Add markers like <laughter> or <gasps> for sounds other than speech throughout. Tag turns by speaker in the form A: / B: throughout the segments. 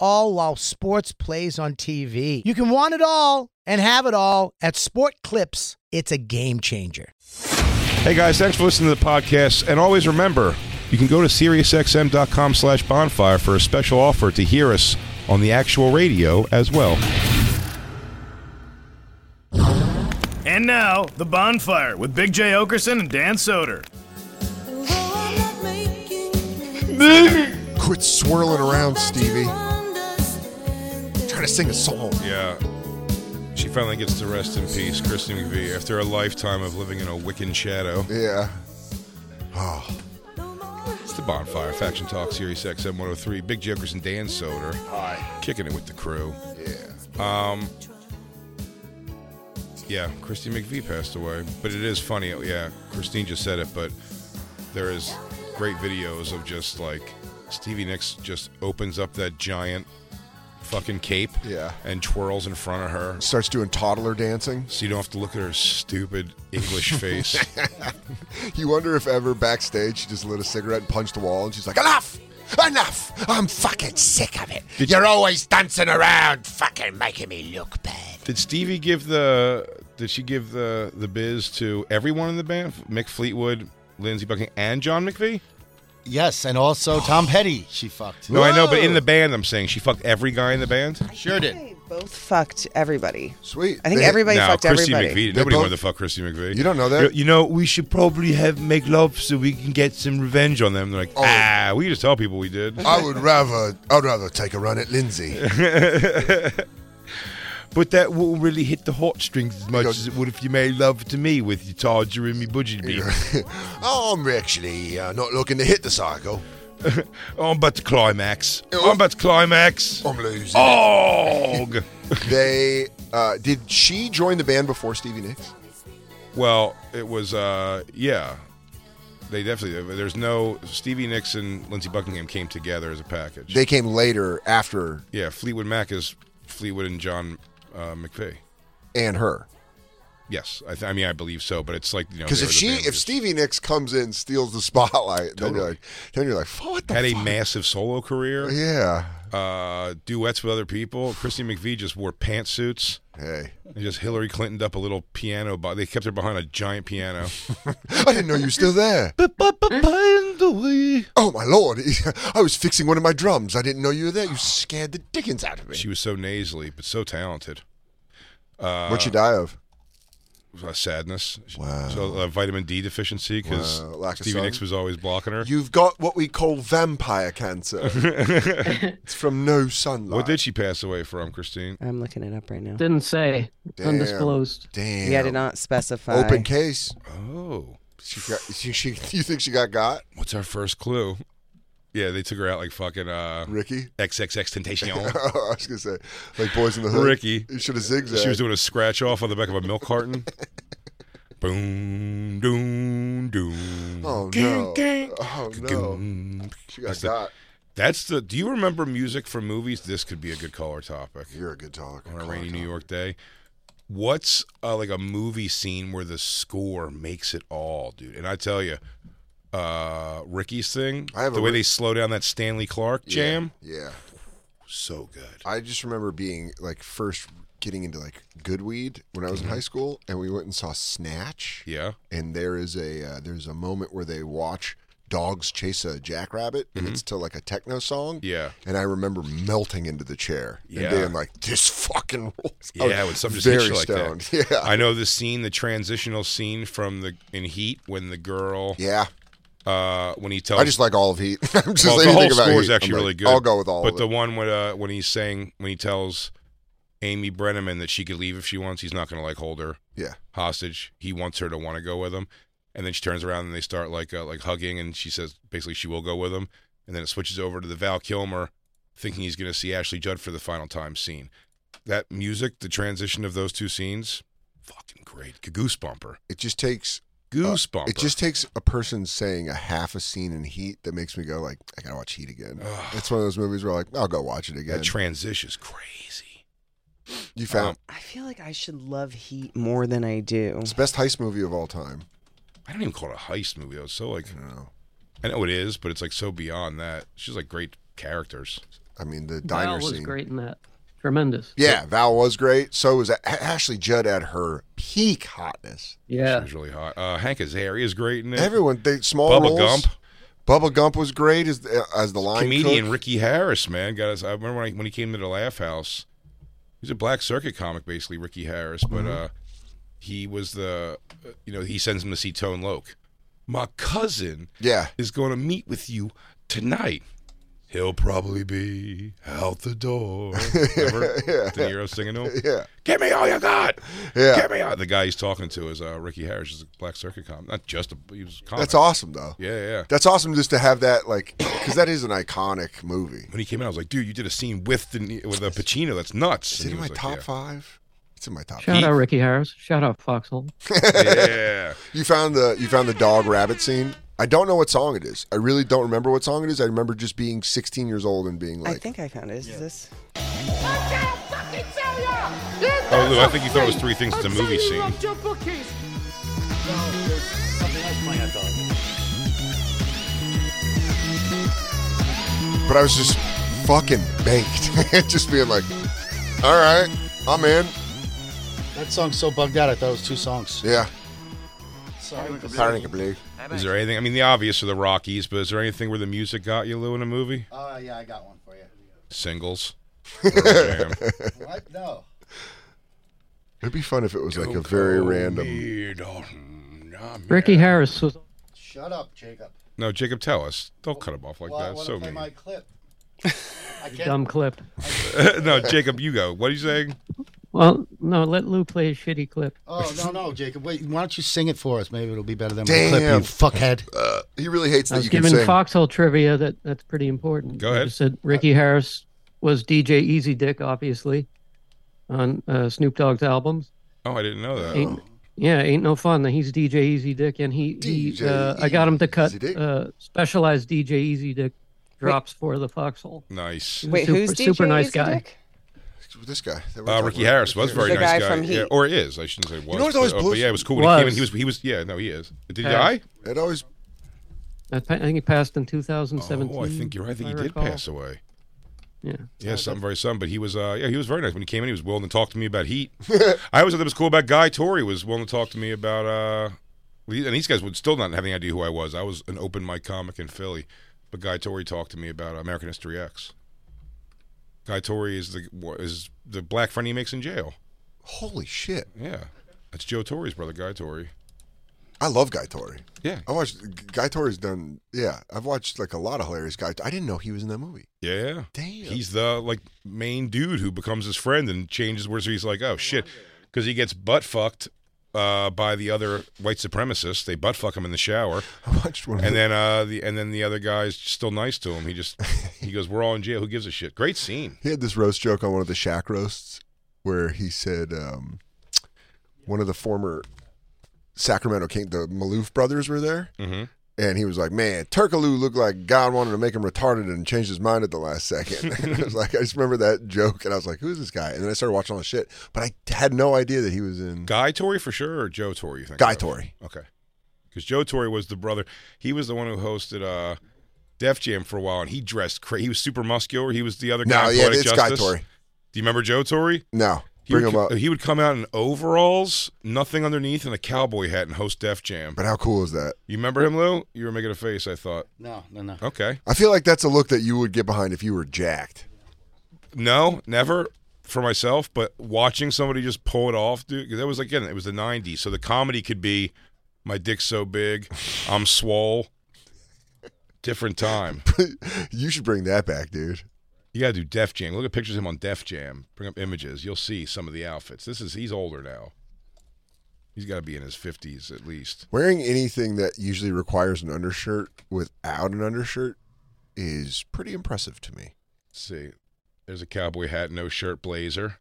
A: all while sports plays on TV. You can want it all and have it all at Sport Clips. It's a game changer.
B: Hey guys, thanks for listening to the podcast. And always remember, you can go to SiriusXM.com slash bonfire for a special offer to hear us on the actual radio as well.
C: And now, The Bonfire with Big J. Okerson and Dan Soder.
D: Quit swirling around, Stevie. Trying to sing a song.
B: Yeah. She finally gets to rest in peace, Christy McVie, after a lifetime of living in a Wiccan shadow.
D: Yeah. Oh,
B: It's the Bonfire Faction Talk Series XM 103. Big Jokers and Dan Soder. Hi. Kicking it with the crew.
D: yeah.
B: Um. Yeah, Christine McVie passed away, but it is funny. Yeah, Christine just said it, but there is great videos of just like Stevie Nicks just opens up that giant fucking cape,
D: Yeah.
B: and twirls in front of her,
D: Starts doing toddler dancing.
B: so you don't have to look at her stupid
D: <laughs>
B: English face.
D: You wonder if ever backstage she just lit a cigarette and punched the wall and she's like, enough! Enough! I'm fucking sick of it. You're always dancing around, fucking making me look bad.
B: Did Stevie give the? Did she give the the biz to everyone in the band? Mick Fleetwood, Lindsey Buckingham, and John McVie.
E: Yes, and also Tom Petty. She fucked.
B: No, I know, but in the band, I'm saying she fucked every guy in the band.
E: Sure did.
F: They both fucked everybody.
D: Sweet.
F: I think
D: They-
F: everybody
B: no,
F: fucked
B: Christy
F: everybody.
B: McVie.
D: They
B: Nobody
D: both-
B: wanted to fuck Christy McVie.
D: You don't know that?
B: You know, we should probably have make love so we can get some revenge on them. They're like,
D: Oh. Ah.
B: ah, we just tell people we
D: <laughs>
B: did.
D: I would rather, I'd rather take a run
E: <laughs>
D: at Lindsay.
B: But that won't really hit the heartstrings as much
D: Yeah.
B: as it would if you made love to me with your Targer and me budgie beer.
D: oh, I'm actually uh, not looking to hit the cycle.
B: Oh, I'm about to climax.
D: Yeah.
B: I'm about to climax.
D: I'm losing.
B: Oh.
D: They uh, did she join the band before Stevie Nicks?
B: <laughs> well, it was, uh, yeah. They definitely, there's no, Stevie Nicks and Lindsey Buckingham came together as a package.
D: They came later after
B: yeah, Fleetwood Mac is Fleetwood and John uh, McVie.
D: and her.
B: Yes, I, th- I mean I believe so, but it's like you know
D: Because
B: they
D: if
B: were the
D: she,
B: band
D: if
B: leaders.
D: Stevie Nicks comes in, steals the spotlight, then
B: Totally.
D: you're like, then you're like, what the
B: had a
D: fuck?
B: massive solo career,
D: yeah.
B: uh, duets with other people. Christy McVie just wore pantsuits
D: Hey,
B: and just Hillary Clintoned up a little piano. Bo- they kept her behind a giant piano.
D: <laughs> I didn't know you were still there. Oh my lord, <laughs> I was fixing one of my drums. I didn't know you were there. You scared the dickens out of me.
B: she was so nasally but so talented.
D: What'd she die of?
B: Uh, sadness,
D: Wow.
B: so uh, vitamin D deficiency because
D: Wow, Uh, lack of
B: Stevie
D: sun.
B: Nicks was always blocking her.
D: You've got what we call
B: <laughs>
D: vampire cancer. it's from no sunlight.
B: what did she pass away from, Christine?
F: I'm looking it up right now.
G: Didn't say.
D: Damn.
G: Undisclosed.
D: Damn.
F: Yeah, I did not specify.
D: Open case.
B: Oh,
D: She got, she, she, <laughs> you think she got got?
B: what's our first clue? Yeah, they took her out like fucking uh,
D: Ricky? <laughs>
B: XXX Tentacion.
D: I was going to say, like Boys in the Hood.
B: Ricky.
D: You should have zigzagged.
B: She was doing a scratch off on the back of a milk
D: <laughs>
B: carton. boom, doom, doom.
D: oh, no.
B: Gang, gang.
D: Oh, no.
B: Gang.
D: She got
B: That's the-
D: got.
B: That's the. Do you remember music from movies? This could be a good caller topic
D: You're a good talker.
B: on a
D: Connor.
B: rainy New York day. What's uh, like a movie scene where the score makes it all, dude? And I tell you, uh, Ricky's thing,
D: I have
B: the
D: a
B: way
D: Rick-
B: they slow down that Stanley Clark
D: Yeah,
B: jam,
D: Yeah.
B: so good.
D: I just remember being, like, first getting into, like, good weed when I was in high school, and we went and saw Snatch.
B: Mm-hmm. Yeah.
D: and there is a uh, there's a moment where they watch dogs chase a jackrabbit and it's to like a techno song
B: Mm-hmm. Yeah.
D: and i remember melting into the chair
B: Yeah.
D: and being like this fucking rules I was
B: Yeah, when something just hits
D: very
B: you like
D: stoned. <laughs>
B: that.
D: yeah
B: I know the scene, the transitional scene from the in Heat when the girl
D: yeah
B: uh, when he tells
D: I just like <laughs> all of Heat. I'm just
B: well, the
D: anything
B: whole
D: about
B: score is
D: Heat, I'm
B: actually
D: like,
B: really good.
D: I'll go with all
B: But
D: of
B: the
D: it.
B: one when uh, when he's saying when he tells Amy Brenneman that she could leave if she wants, he's not going to like hold her
D: Yeah.
B: hostage. He wants her to want to go with him, and then she turns around and they start like uh, like hugging, and she says basically she will go with him, and then it switches over to the Val Kilmer thinking he's going to see Ashley Judd for the final time scene. That music, the transition of those two scenes, fucking great. Goosebumper.
D: It just takes uh,
B: Goosebumper.
D: It just takes a person saying a half a scene in Heat that makes me go like, I gotta watch Heat again. it's one of those movies where like, I'll go watch it again.
B: that transition is crazy.
D: you found
B: Um,
F: I feel like I should love Heat more than I do.
D: it's the best heist movie of all time.
B: I don't even call it a heist movie. I was so like.
D: I don't know.
B: I know it is, but it's like so beyond that. It's just like great characters.
D: I mean, the
G: Val
D: diner
G: was
D: scene.
G: great in that. Tremendous.
D: Yeah, Val was great. So was A- Ashley Judd at her peak hotness.
B: She
G: Yeah.
B: was really hot. Uh, Hank Azaria is great in it.
D: Everyone, they small
B: Bubba
D: roles.
B: Gump.
D: Bubba Gump was great as the, as the line
B: Comedian
D: cook.
B: Ricky Harris, man, got us. I remember when, I, when he came to the Laugh House. He's a black circuit comic, basically Ricky Harris, but
D: Mm-hmm.
B: uh, he was the, uh, you know, he sends him to see Tone Loc. My cousin
D: Yeah,
B: is going to meet with you tonight. He'll probably be out the
D: <laughs>
B: door. Remember?
D: Yeah.
B: De Niro singing to him.
D: yeah,
B: Give me all you got.
D: Yeah.
B: Give me all. The guy he's talking to is uh, Ricky Harris, is a black circuit comic. Not just a. He was a comic.
D: that's awesome though.
B: Yeah, yeah.
D: That's awesome just to have that like because that is an iconic movie.
B: When he came out, I was like, dude, you did a scene with the with a Pacino. That's nuts.
D: Is it
B: And
D: in
B: he
D: my
B: was like,
D: top five? It's in my top.
G: Shout
D: five.
G: out Ricky Harris. Shout out Foxhole.
B: Yeah. <laughs> yeah.
D: You found the you found the dog rabbit scene. I don't know what song it is. I really don't remember what song it is. I remember just being 16 years old and being
F: I
D: like,
F: think I found it. Is this?
B: Oh, Lou, I think you thought it was three things. It's a movie scene.
D: but I was just fucking baked, <laughs> just being like, all right, I'm in.
E: That song's so bugged out. I thought it was two songs.
D: Yeah.
E: Sorry.
B: Is there anything? I mean, the obvious are the Rockies, but is there anything where the music got you, Lou, in a movie?
E: Oh yeah, I got one for you. <laughs>
B: Singles. Oh, Or a jam.
E: What? No.
D: It'd be fun if it was like a very random.
B: You don't- I'm-
G: Ricky Harris was
E: Shut up, Jacob.
B: No, Jacob, tell us. Don't cut him off like that. It's So mean.
E: clip.
G: <laughs>
E: I
G: a dumb clip.
B: <laughs> no, Jacob, you go. What are you saying?
G: Well, no, let Lou play a shitty clip.
E: Oh no, no, Jacob. Wait, why don't you sing it for us? Maybe it'll be better than
D: Damn.
E: my clip. You fuckhead.
D: Uh, he really hates
G: I
D: that
G: was
D: you can
G: given
D: sing.
G: Foxhole trivia that that's pretty important.
B: Go
G: I
B: ahead.
G: just said Ricky Harris was DJ Easy Dick, obviously, on uh, Snoop Dogg's albums.
B: Oh, I didn't know that.
G: Ain't, yeah, ain't no fun. He's DJ Easy Dick, and he, he
D: DJ
G: uh, I got him to cut
D: Easy Dick.
G: uh, specialized DJ Easy Dick drops for the Foxhole.
B: Nice.
F: Wait,
G: super-
F: who's DJ
G: super nice
F: Easy
G: guy.
F: Dick?
D: This guy. that we're
B: Uh,
D: talking
B: Ricky
D: about.
B: Harris was a very
F: The
B: nice
F: guy
B: guy,
F: from
B: Yeah,
F: Heat.
B: or is I shouldn't say was.
D: know what always
B: but, oh, but
D: blows-
B: yeah, it was cool when he came in.
G: Was.
B: He was he was yeah no he is. Did he
G: Yeah.
B: die? Oh,
D: It always.
G: I, pa- I think he passed in 2017.
B: Oh, I think you're right. I think
G: if
B: he did
G: recall.
B: pass away.
G: Yeah.
B: Yeah, something very something. But he was uh yeah he was very nice when he came in. He was willing to talk to me about Heat. <laughs> I always thought that was cool about Guy Tori was willing to talk to me about uh and these guys would still not have any idea who I was. I was an open mic comic in Philly, but Guy Tori talked to me about American History X. Guy Tori is the is the black friend he makes in jail.
D: Holy shit!
B: Yeah, that's Joe Torre's brother, Guy Torre. Oh,
D: I love Guy Tori.
B: Yeah,
D: I watched Guy Tori's done. Yeah, I've watched like a lot of hilarious guys. I didn't know he was in that movie.
B: yeah.
D: Damn.
B: He's the like main dude who becomes his friend and changes where so he's like, oh shit, because he gets butt fucked uh, by the other white supremacists. They butt fuck him in the shower,
D: <laughs> I watched one. Of
B: and
D: the-
B: then uh, the and then the other guy's still nice to him. He just he goes, we're all in jail. Who gives a shit? Great scene.
D: he had this roast joke on one of the Shack roasts where he said um, one of the former Sacramento King, the Maloof brothers, were there.
B: Mm-hmm.
D: And he was like, "Man, Turkaloo looked like God wanted to make him retarded and changed his mind at the last second. <laughs> And I was like, I just remember that joke, and I was like, "Who's this guy?" And then I started watching all the shit, but I had no idea that he was in
B: Guy Torre for sure, or Joe Torre? You think
D: Guy
B: of?
D: Tori.
B: Okay. Because Joe Torre was the brother. He was the one who hosted uh, Def Jam for a while, and he dressed crazy. He was super muscular. He was the other guy.
D: No,
B: in
D: yeah,
B: Poetic
D: it's Guy
B: Justice.
D: Tori.
B: Do you remember Joe Torre?
D: No,
B: He
D: bring
B: would,
D: him up.
B: He would come out in overalls, nothing underneath, and a cowboy hat and host Def Jam.
D: But how cool is that?
B: You remember him, Lou? You were making a face, I thought.
E: No, no, no.
B: Okay.
D: I feel like that's a look that you would get behind if you were jacked. <laughs>
B: No, never for myself, but watching somebody just pull it off, dude, 'cause that was, again, it was the 90s. So the comedy could be my dick's so big, I'm swole. different time.
D: you should bring that back, dude.
B: You gotta do Def Jam. Look at pictures of him on Def Jam. Bring up images. You'll see some of the outfits. This is he's older now. He's got to be in his fifties at least.
D: Wearing anything that usually requires an undershirt without an undershirt is pretty impressive to me.
B: Let's see, there's a cowboy hat, no shirt, blazer.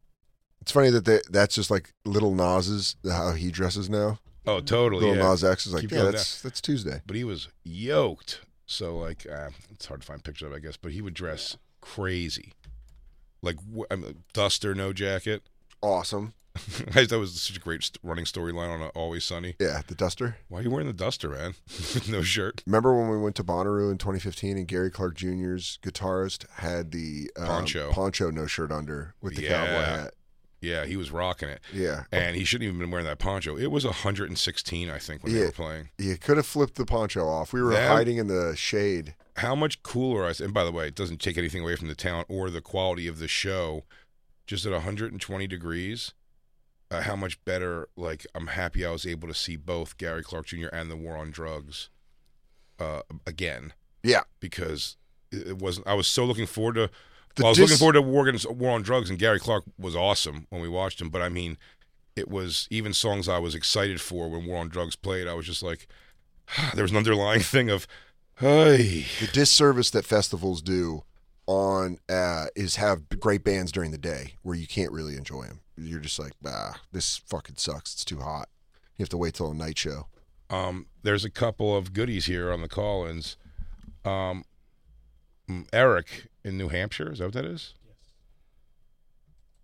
D: It's funny that they, that's just like little Nas's how he dresses now.
B: Oh, totally.
D: Little
B: yeah.
D: Nas X is like,
B: Keep
D: yeah,
B: going
D: that's that's Tuesday.
B: But he was yoked. So like, uh, it's hard to find pictures of, it, I guess. But he would dress crazy, like wh- I mean, duster, no jacket. <laughs>
D: Awesome.
B: I that was such a great st- running storyline on uh, Always Sunny.
D: Yeah, the duster.
B: Why are you wearing the duster, man? <laughs> no shirt.
D: Remember when we went to Bonnaroo in 2015 and Gary Clark Jr.'s guitarist had the um,
B: Poncho.
D: poncho no shirt under with the cowboy
B: Yeah.
D: hat?
B: Yeah, he was rocking it.
D: Yeah.
B: And he shouldn't even been wearing that poncho. It was 116, I think, when they
D: Yeah.
B: were playing.
D: You could have flipped the poncho off. We were
B: That-
D: hiding in the shade.
B: How much cooler I and by the way, it doesn't take anything away from the talent or the quality of the show. Just at 120 degrees, uh, how much better. Like I'm happy I was able to see both Gary Clark Jr. and the War on Drugs uh, again
D: Yeah.
B: because it it wasn't. I was so looking forward to.
D: The
B: well, I was looking
D: dis-
B: forward to War, Against- War on Drugs, and Gary Clark was awesome when we watched him. But I mean, it was even songs I was excited for when War on Drugs played. I was just like, <sighs> there was an underlying <laughs> thing of, hey,
D: The disservice that festivals do on uh, is have great bands during the day where you can't really enjoy them. You're just like, ah, this fucking sucks. It's too hot. You have to wait till a night show.
B: um, there's a couple of goodies here on the call-ins. Um, mm, Eric in New Hampshire, is that what that is?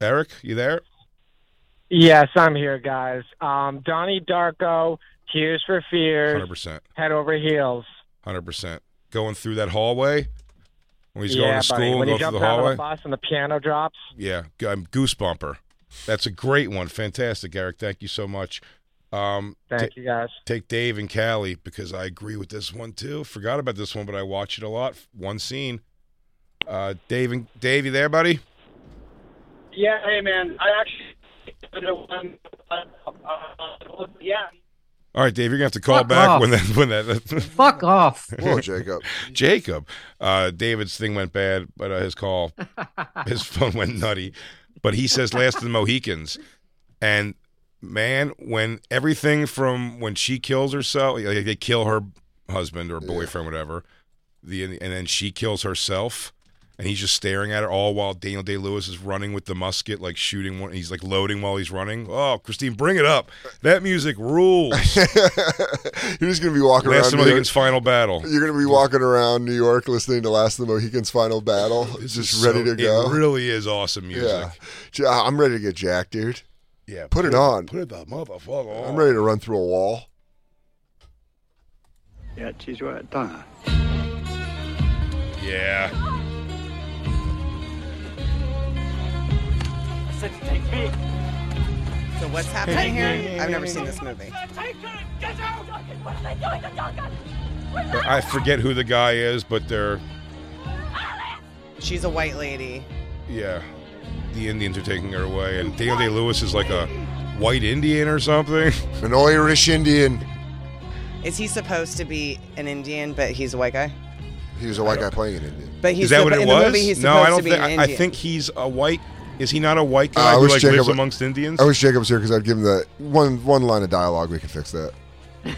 B: Eric, you there?
H: Yes, I'm here, guys. Um, Donnie Darko, Tears for Fears,
B: Hundred percent.
H: Head Over Heels.
B: Hundred percent. Going through that hallway when he's
H: yeah,
B: going to
H: buddy.
B: school,
H: When
B: go
H: he
B: through
H: jumps
B: the
H: out of
B: hallway.
H: the bus and the piano drops.
B: Yeah, g- um, Goosebumper. That's a great one. Fantastic, Eric. Thank you so much. Um,
H: Thank
B: ta-
H: you, guys.
B: Take Dave and Callie because I agree with this one too. Forgot about this one, but I watch it a lot. One scene. Uh, Dave and Dave, you there, buddy?
H: Yeah, hey, man. I actually. uh, Yeah.
B: All right, Dave, you're gonna have to call
G: Fuck
B: back
G: off.
B: when that when that <laughs>
G: Fuck off.
D: Whoa, Jacob. <laughs>
B: Jacob. Uh, David's thing went bad, but uh,
G: <laughs>
B: his call, his phone went nutty. But he says Last of the Mohicans. And man, when everything from when she kills herself, like they kill her husband or boyfriend, whatever, the and then she kills herself. And he's just staring at her all while Daniel Day Lewis is running with the musket, like shooting one. He's like loading while he's running. Oh, Christine, bring it up. That music
D: <laughs>
B: rules.
D: You're just gonna be walking
B: Last of the
D: around. New York-
B: Mohicans' final battle.
D: You're gonna be walking around New York listening to Last of the Mohicans' Final Battle,
B: <laughs> This
D: just
B: is
D: ready
B: so-
D: to go.
B: It really is awesome music.
D: yeah, J- I'm ready to get jacked, dude.
B: Yeah,
D: Put it on.
B: Put it the motherfucker
D: I'm
B: on.
D: ready to run through a wall.
B: Yeah.
F: So what's happening here? I've never seen this movie.
B: I forget who the guy is, but they're
F: She's a white lady.
B: yeah. The Indians are taking her away, and Daniel Day Lewis is like a white Indian or something.
D: An Irish Indian.
F: Is he supposed to be an Indian, but he's a white guy?
D: He was a white guy playing an Indian.
F: But he's
B: is that
F: suppo-
B: what it
F: in
B: was?
F: the movie he's
B: no,
F: supposed
B: I don't
F: to be
B: think.
F: an
B: I, I
F: Indian.
B: think he's a white. Is he not a white
D: Uh, I
B: guy who
D: wish
B: like lives
D: Jacob-
B: amongst Indians?
D: I wish Jacob was here because I'd give him the one one line of dialogue. We could fix that. we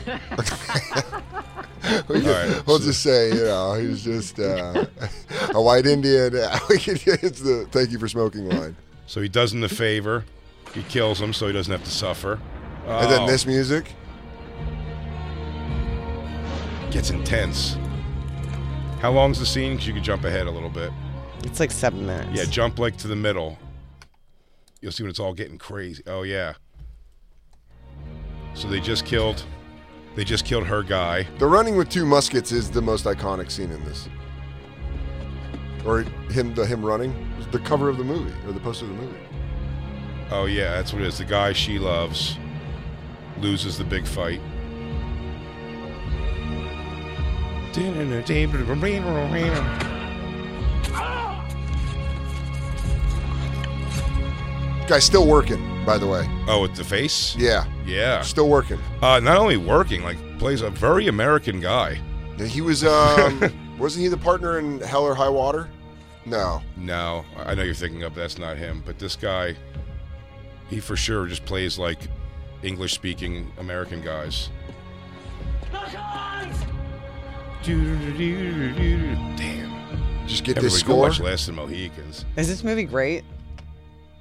B: All
D: <laughs>
B: right.
D: will just say, you know, he was just uh, <laughs> a white Indian. <laughs> we could, it's the thank you for smoking line.
B: so he does him the favor. He kills him, so he doesn't have to suffer.
D: And then
B: Oh,
D: this music.
B: gets intense. How long's the scene? Because you could jump ahead a little bit.
F: It's like seven minutes.
B: Yeah, jump like to the middle. You'll see when it's all getting crazy. Oh yeah. So they just killed they just killed her guy.
D: The running with two muskets is the most iconic scene in this. Or him, the him running, It's the cover of the movie or the poster of the movie.
B: Oh yeah, that's what it is. The guy she loves loses the big fight.
D: Guy's still working, by the way.
B: Oh, with the face?
D: Yeah,
B: Yeah.
D: still working.
B: Uh, not only working, like plays a very American guy.
D: He was um,
B: <laughs>
D: Wasn't he the partner in Hell or High Water? No.
B: No, I I know you're thinking of that's not him, but this guy, he for sure just plays like English speaking American guys. Damn.
D: Just get
B: Everybody
D: this
B: go
D: score.
B: watch Last of the Mohicans.
F: Is this movie great?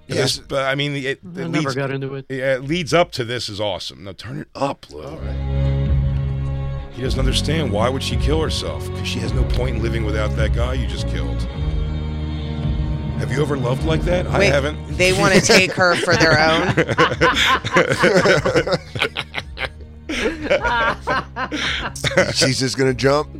B: And
D: Yeah.
B: this- but I mean, it, it
G: I
B: leads,
G: never got into it.
B: yeah, it leads up to this is awesome. Now turn it up, Lou. He doesn't understand why would she kill herself? Because she has no point in living without that guy you just killed. Have you ever loved like that? I
F: Wait,
B: haven't.
F: They
B: <laughs>
F: want to take her for their own.
D: <laughs> She's just gonna jump.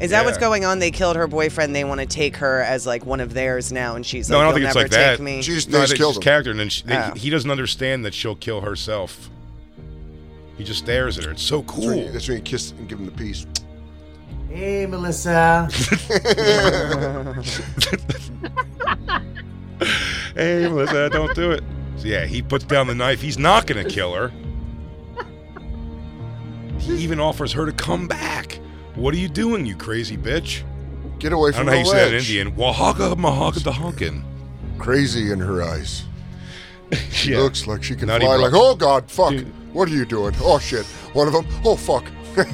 F: Is that what's
B: Yeah.
F: going on? They killed her boyfriend. They want to take her as like one of theirs now, and she's
B: No, I
F: like,
B: don't think
F: "You'll
B: it's
F: never
B: like that.
F: take me."
D: She just, they
B: No,
D: just
B: they-
D: killed
B: his
D: him.
B: character, and then she, they,
F: Oh.
B: he doesn't understand that she'll kill herself. He just stares at her. It's so
D: That's when, you,
B: cool.
D: that's when you kiss and give him the peace.
A: Hey, Melissa.
B: hey, Melissa, don't do it. So yeah, he puts down the knife. He's not gonna kill her. He even offers her to come back. What are you doing, you crazy bitch?
D: Get away
B: I don't
D: from
B: know how you
D: the
B: say that in
D: ledge.
B: Indian. Wahaka mahaka the honkin.
D: Crazy in her eyes.
B: Yeah.
D: Looks like she can
B: Nutty
D: fly.
B: bro-
D: Like, oh god, fuck. What are you doing? Oh shit. One of them. Oh fuck. <laughs>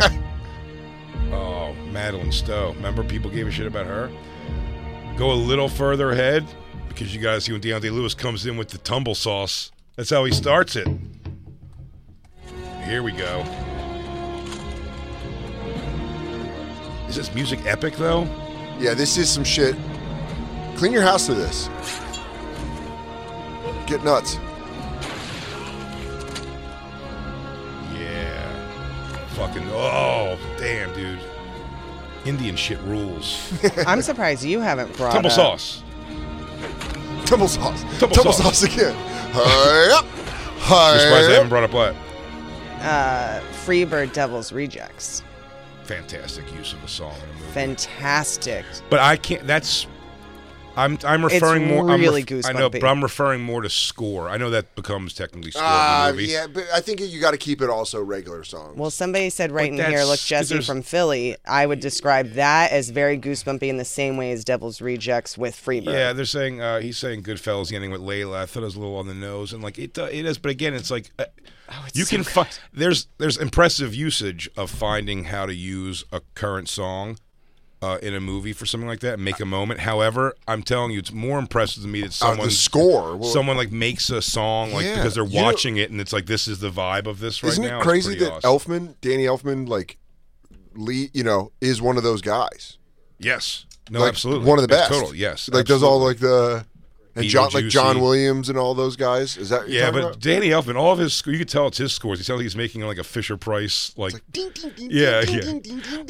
B: Oh, Madeline Stowe. Remember people gave a shit about her? Go a little further ahead because you guys see when Deontay Lewis comes in with the tumble sauce. That's how he starts it. Here we go. Is this music epic though?
D: yeah, this is some shit. Clean your house to this. Get nuts.
B: Yeah. Fucking oh damn dude. Indian shit rules. <laughs>
F: I'm surprised you haven't brought
B: tumble
F: up-
B: sauce.
D: Tumble sauce.
B: Tumble sauce.
D: sauce again. Hurry up.
B: I'm surprised they
D: Hurry
B: haven't
D: up.
B: brought up what?
F: Uh, Freebird Devil's Rejects.
B: Fantastic use of a song in a movie.
F: Fantastic.
B: But I can't. That's. I'm I'm referring more.
F: really
B: I'm I know, but
F: goosebumpy.
B: I'm referring more to score. I know that becomes technically score in
D: Ah,
B: the movie.
D: yeah, but I think you got to keep it also regular songs.
F: Well, somebody said right
B: But
F: in here, look,
B: that's-
F: Jesse
B: there's-
F: from Philly. I would describe that as very goosebumpy in the same way as Devil's Rejects with Freebird.
B: Yeah, they're saying uh, he's saying Goodfellas the ending with Layla. I thought it was a little on the nose, and like it uh, it is. But again, it's like uh, you can find there's there's impressive usage of finding how to use a current song. Uh, in a movie for something like that, and make a moment. However, I'm telling you, it's more impressive to me that
D: Uh,
B: someone
D: the score. Well,
B: someone like makes a song like
D: Yeah.
B: because they're
D: You know-
B: watching it and it's like this is the vibe of this right
D: isn't
B: now.
D: it
B: It's
D: crazy
B: pretty
D: that
B: awesome.
D: Elfman, Danny Elfman, like Lee, you know, is one of those guys.
B: Yes. No,
D: Like,
B: absolutely.
D: One of the
B: It's
D: best.
B: Total. Yes.
D: Like does all like the and John, like
B: Beetlejuicy.
D: John Williams and all those guys. Is that what you're
B: Yeah,
D: talking
B: but
D: about?
B: Danny Elfman, all of his sc- you could tell it's his scores. He sounds like he's making like a Fisher Price like. Yeah, yeah.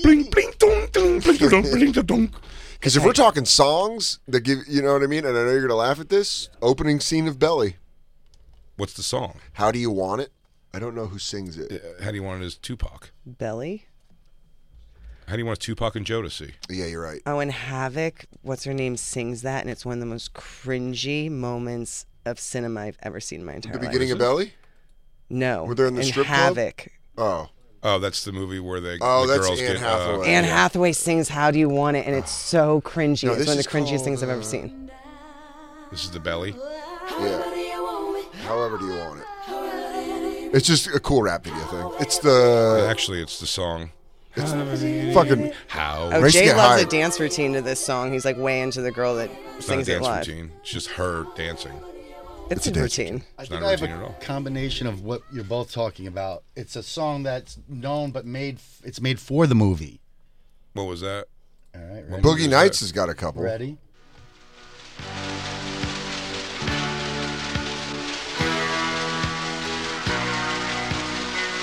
B: Bling bling dong dong bling
D: <laughs>
B: dong bling dong, dong.
D: Because if we're talking songs that give, you know what I mean, and I know you're gonna laugh at this opening scene of Belly.
B: What's the song?
D: How do you want it? I don't know who sings it.
B: Uh, How do you want it as Tupac?
F: Belly.
B: How do you want Tupac and Jodeci?
D: Yeah, you're right.
F: Oh, and Havoc, what's her name, sings that, and it's one of the most cringy moments of cinema I've ever seen in my entire
D: The
F: life.
D: beginning of Belly.
F: No.
D: Were they in the
F: and
D: strip club?
F: Havoc.
D: Oh,
B: Oh, that's the movie where they
D: Oh,
B: the
D: that's
B: girls
D: Anne
B: get, uh,
D: Hathaway.
F: Anne
D: yeah.
F: Hathaway sings How Do You Want It, and it's so cringy.
D: No,
F: it's
D: this
F: one of
D: is
F: the cringiest
D: called,
F: things I've
D: uh,
F: ever seen.
B: Uh, this is the belly.
D: yeah. However do you want it? It's just a cool rap video thing. It's the
B: Actually, it's the song.
D: fucking
B: How?
F: Oh,
D: Race
F: Jay
D: Get
F: loves a
D: High.
F: dance routine to this song. He's like way into the girl that
B: it's not a
F: sings it
B: dance
F: live.
B: routine. It's just her dancing.
F: It's,
D: a
F: a
D: dance
F: routine.
E: I
B: It's
E: think
B: not a
E: I have
B: routine at all.
E: a combination of what you're both talking about. It's a song that's known but made. F- it's made for the movie.
B: What was that?
E: All right,
B: What
E: ready?
B: movie
D: Boogie
B: is
D: Nights
B: that?
D: has got a couple.
E: ready?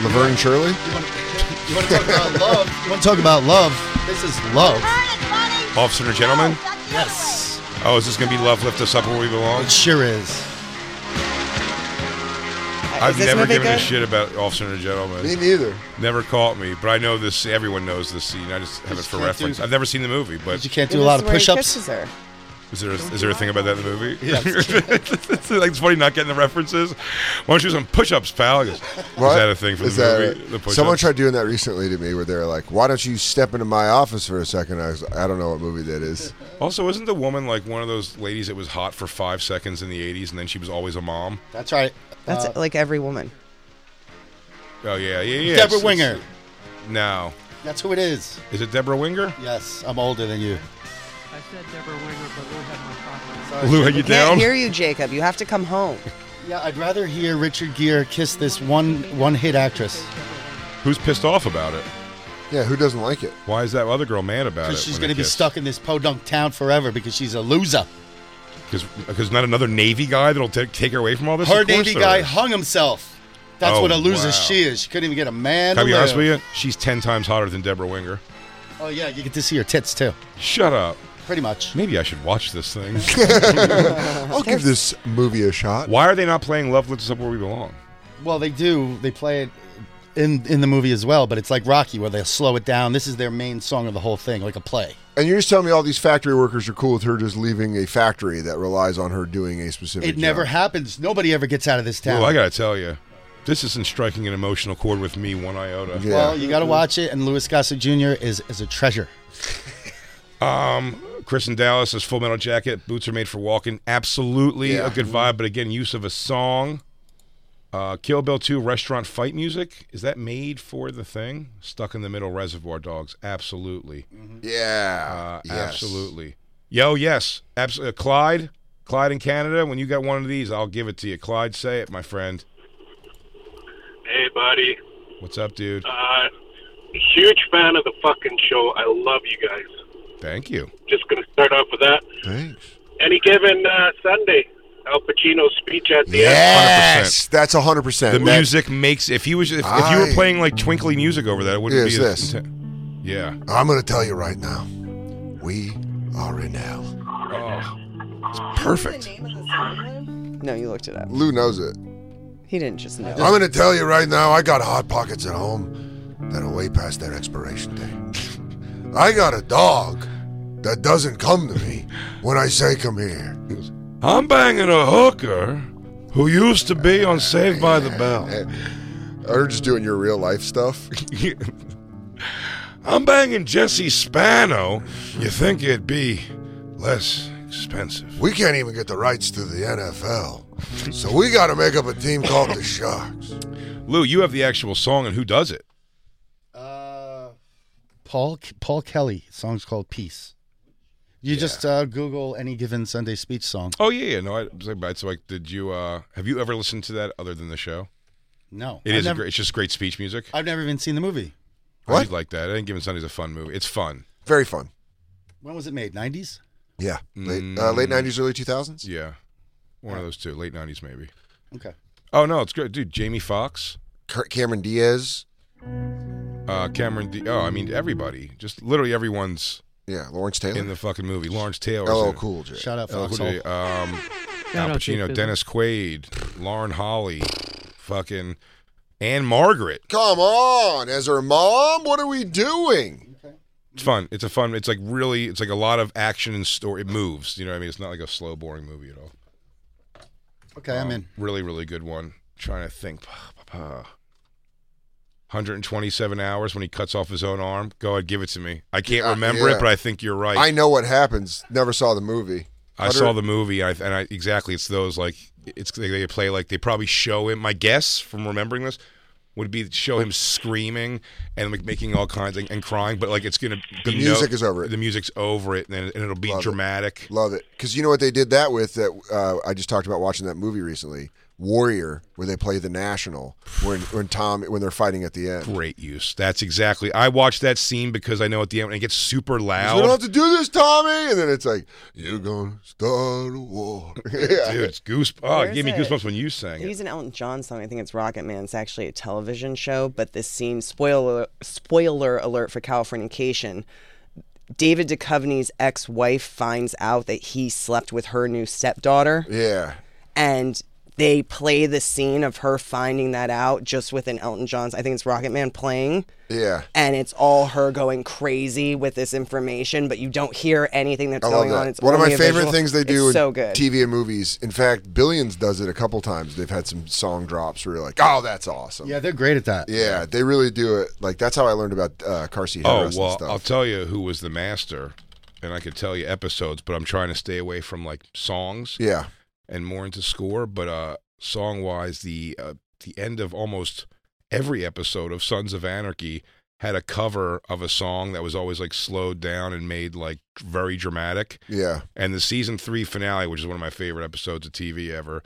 D: Laverne Shirley.
E: You want to talk about love? You want to talk about love? This is love.
B: Officer and Gentleman?
E: Yes,
B: Oh, is this gonna be Love Lift Us Up Where We Belong?
E: it sure is.
B: I've
F: Is this
B: never
F: movie
B: given a
F: good?
B: shit about Officer and Gentleman.
D: Me neither.
B: Never caught me, but I know this. Everyone knows this scene. I just have it
E: Just
B: for
E: can't
B: reference.
E: do-
B: I've never seen the movie, but
E: You can't
F: This
E: do a lot
F: is
E: of
F: where he
E: push-ups.
F: kisses her.
B: Is there, a, is there a thing about that in the movie? <laughs> it's like it's funny not getting the references. Why don't you do some push-ups, pal? He Goes, Is that a thing from
D: Is
B: the
D: that
B: movie?
D: a-
B: The push-ups?
D: someone tried doing that recently to me, where they were like, "Why don't you step into my office for a second? I was, like, I don't know what movie that is.
B: Also, isn't the woman like one of those ladies that was hot for five seconds in the '80s and then she was always a mom?
E: That's right.
F: That's
E: Uh,
F: like every woman.
B: Oh yeah, yeah, yeah.
E: Deborah
B: it's-
E: Winger.
B: it's- No,
E: That's who it is.
B: is it Deborah Winger?
E: Yes, I'm older than you.
G: I said Deborah Winger, but Lou had my problem.
E: Uh,
B: Lou, are you
F: I can't
B: down?
F: hear you, Jacob. You have to come home.
E: Yeah, I'd rather hear Richard Gere kiss this one one hit actress.
B: Who's pissed off about it?
D: Yeah, who doesn't like it?
B: Why is that other girl mad about it?
E: Because she's going to be stuck in this podunk town forever because she's a loser.
B: Because not another Navy guy that'll take take her away from all this.
E: Her
B: Of course
E: Navy
B: there
E: guy
B: is.
E: hung himself. That's
B: Oh,
E: what a loser
B: wow.
E: she is. She couldn't even get a man.
B: Can I
E: to
B: be honest with
E: live.
B: you? She's ten times hotter than Deborah Winger.
E: Oh yeah, you get to see her tits too.
B: Shut up.
E: Pretty much.
B: Maybe I should watch this
E: <laughs>
B: thing.
E: Uh-huh.
D: I'll give this movie a shot.
B: Why are they not playing Love Lifts Us Up Where We Belong?
E: Well, they do. They play it in in the movie as well, but it's like Rocky, where they'll slow it down. This is their main song of the whole thing, like a play.
D: And you're just telling me all these factory workers are cool with her just leaving a factory that relies on her doing a specific.
E: It never
D: job.
E: happens. Nobody ever gets out of this town.
B: Well, I gotta tell you, this isn't striking an emotional chord with me one iota.
D: Yeah.
E: Well, you got to watch it. And Louis Gossett Jr. is is a treasure.
B: Um, Chris in Dallas is Full Metal Jacket. Boots are made for walking. Absolutely
D: Yeah.
B: a good vibe, but again, use of a song. Uh, Kill Bill 2 restaurant fight music. Is that made for the thing? Stuck in the middle, Reservoir Dogs. Absolutely.
D: Yeah.
B: Uh,
D: Yes.
B: Absolutely. Yo, yes. Abs- uh, Clyde, Clyde in Canada, when you got one of these, I'll give it to you. Clyde, say it, my friend.
I: Hey, buddy.
B: What's up, dude?
I: Uh, huge fan of the fucking show. I love you guys.
B: Thank you.
I: Just going to start off with that.
D: Thanks.
I: Any given uh, Sunday, Al Pacino's speech at the
D: Yes, that's hundred percent.
B: The music makes, if he was, if, if you were
D: Uh, I-
B: playing like twinkly music over that, it wouldn't
D: Here's
B: be as
D: this.
B: inten- Yeah.
D: I'm gonna tell you right now, we are in hell.
B: Oh, it's perfect.
F: No, you looked it up.
D: Lou knows it.
F: He didn't just know.
D: I'm gonna tell you right now, I got hot pockets at home that are way past their expiration date. <laughs> I got a dog that doesn't come to me when I say come here.
B: I'm banging a hooker who used to be on Saved by the Bell.
D: Or just doing your real life stuff.
B: I'm banging Jesse Spano. You think it'd be less expensive?
D: We can't even get the rights to the NFL. So we gotta make up a team called the Sharks.
B: Lou, you have the actual song and who does it?
E: Uh, Paul Paul Kelly. Song's called Peace. You just uh, Google any given Sunday speech song.
B: Oh yeah, yeah. No, I, it's like, did you? uh Have you ever listened to that other than the show?
E: No,
B: It
E: I've
B: is. a
E: Never,
B: great, it's just great speech music.
E: I've never even seen the movie.
B: I
D: What?
B: did like that. I think Given Sunday's a fun movie. It's fun.
D: Very fun.
E: When was it made? Nineties.
D: Yeah. Late, uh, late 90s, early 2000s?
B: Mm. Yeah, one of those two, late '90s maybe.
E: Okay.
B: Oh no, it's good, dude. Jamie Foxx.
D: Car- Cameron Diaz.
B: Uh, Cameron. D- oh, I mean everybody. Just literally everyone's
D: Yeah, Lawrence Taylor.
B: in the fucking movie. Lawrence Taylor.
D: LL Oh, Cool J.
E: Shout out
D: Uh,
B: LL Cool J.
E: Foxhole.
B: Um,
G: Shout
B: Al
G: out Jake
B: Pacino,
G: Busey.
B: Dennis Quaid, Lauren Holly, fucking, and Margaret.
D: Come on, as her mom, what are we doing?
B: It's fun. It's a fun. It's like really. It's like a lot of action and story. It moves. You know what I mean? It's not like a slow, boring movie at all.
E: Okay, I'm in.
B: Really, really good one. Trying to think. <sighs> 127 hours when he cuts off his own arm. Go ahead, give it to me. I can't
D: Uh,
B: remember
D: yeah.
B: it, but I think you're right.
D: I know what happens. Never saw the movie.
B: I saw the movie, I, and I exactly it's those like it's they, they play like they probably show him. My guess from remembering this would be show him screaming and like making all kinds of, and crying, but like it's gonna
D: The
B: be no-
D: music is over it.
B: The music's over it, and, and it'll be
D: Love it.
B: dramatic.
D: Love it because you know what they did that with that uh, I just talked about watching that movie recently, Warrior, where they play the National when when Tom when they're fighting at the end.
B: Great use. That's exactly. I watched that scene because I know at the end when it gets super
D: We don't have
B: loud.
D: to do this, Tommy. And then it's like you're gonna start a war. <laughs> yeah.
B: Dude, it's goose. Oh, it
F: Where's
B: gave me
F: it?
B: goosebumps when you sang
F: He's
B: it.
F: an Elton John song. I think it's Rocket Man. It's actually a television show, but this scene spoiler spoiler alert for Californication. David Duchovny's ex-wife finds out that he slept with her new stepdaughter,
D: Yeah.
F: and they play the scene of her finding that out just with an Elton John's. I think it's Rocket Man playing.
D: Yeah.
F: And it's all her going crazy with this information, but you don't hear anything that's
D: I love
F: going
D: that.
F: on. It's
D: One of my
F: only a
D: favorite
F: visual.
D: things they do
F: It's
D: in
F: so good.
D: TV and movies. In fact, Billions does it a couple times. They've had some song drops where you're like, "Oh, that's awesome."
E: Yeah, they're great at that.
D: Yeah, they really do it. Like that's how I learned about uh, car seat
B: Oh
D: headrest and
B: well,
D: stuff.
B: I'll tell you who was the master, and I could tell you episodes, but I'm trying to stay away from like songs.
D: Yeah.
B: and more into score. But uh, song wise, the uh, the end of almost every episode of Sons of Anarchy had a cover of a song that was always like slowed down and made like very dramatic.
D: yeah,
B: And the season three finale, which is one of my favorite episodes of TV ever,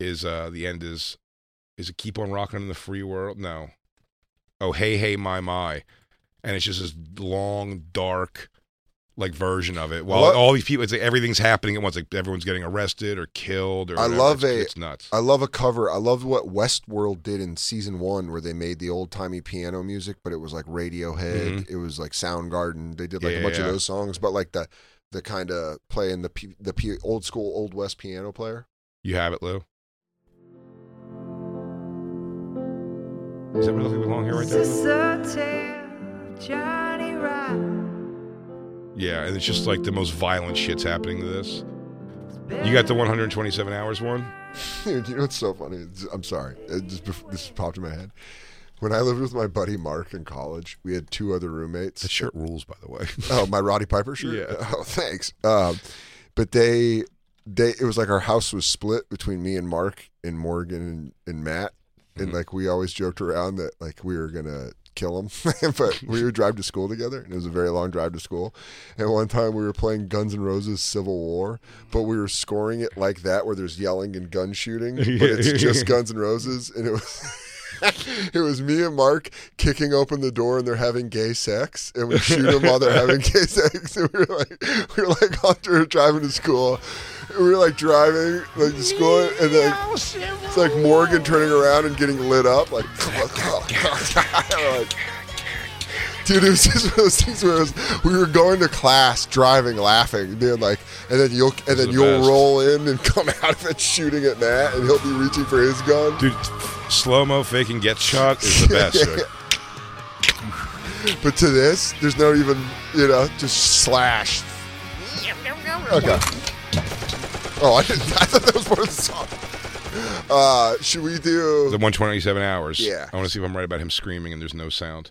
B: is uh the end is is it keep on rocking in the free world? No. Oh hey hey my my. And it's just this long, dark like version of it. While
D: What?
B: all these people it's like everything's happening at once, like everyone's getting arrested or killed or
D: I
B: whatever. it's,
D: love a.
B: it's nuts.
D: I love a cover. I love what Westworld did in season one, where they made the old timey piano music, but it was like Radiohead. It was like Soundgarden. They did like
B: Mm-hmm. Yeah,
D: a bunch
B: yeah.
D: of those songs, but like the the kind of playing the p- the p- old school old west piano player.
B: You have it, Lou. Is that what looking long hair right there? Yeah, and it's just like the most violent shit's happening to this. You got the 127 hours one?
D: Dude, <laughs> you know what's so funny? It's- I'm sorry. It just, bef- this popped in my head. When I lived with my buddy Mark in college, we had two other roommates.
B: That shirt rules, by the way.
D: <laughs> oh, my Roddy Piper shirt.
B: Yeah.
D: <laughs> Oh, thanks. Um, but they, they, it was like our house was split between me and Mark and Morgan and, and Matt, and like we always joked around that like we were gonna kill him, <laughs> but we would drive to school together, and it was a very long drive to school. And one time we were playing Guns N' Roses Civil War, but we were scoring it like that, where there's yelling and gun shooting, but it's just Guns N' Roses, and it was. <laughs> It was me and Mark kicking open the door, and they're having gay sex, and we shoot them while they're having gay <laughs> sex. And we were like, we were like after driving to school, and we were like driving like to school, and then it's like Morgan turning around and getting lit up, like, <laughs> like Dude, it was just one of those things where it was, we were going to class, driving, laughing, being like, and then you'll and then
B: the
D: you'll
B: best.
D: roll in and <laughs> come out of it shooting at Matt, and he'll be reaching for his gun.
B: <laughs> Dude, slow mo fake and get shot is the best. dude. <laughs>
D: But to this, there's no even, you know, just slash. Okay. Oh, I, didn't, <laughs> I thought that was part of the song. Uh, should we
B: The
D: do?
B: 127 hours.
D: Yeah.
B: I want to see if I'm right about him screaming and there's no sound.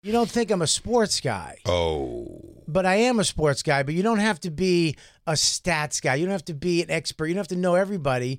A: You don't think I'm a sports guy,
B: Oh.
A: but I am a sports guy, but you don't have to be a stats guy. You don't have to be an expert. You don't have to know everybody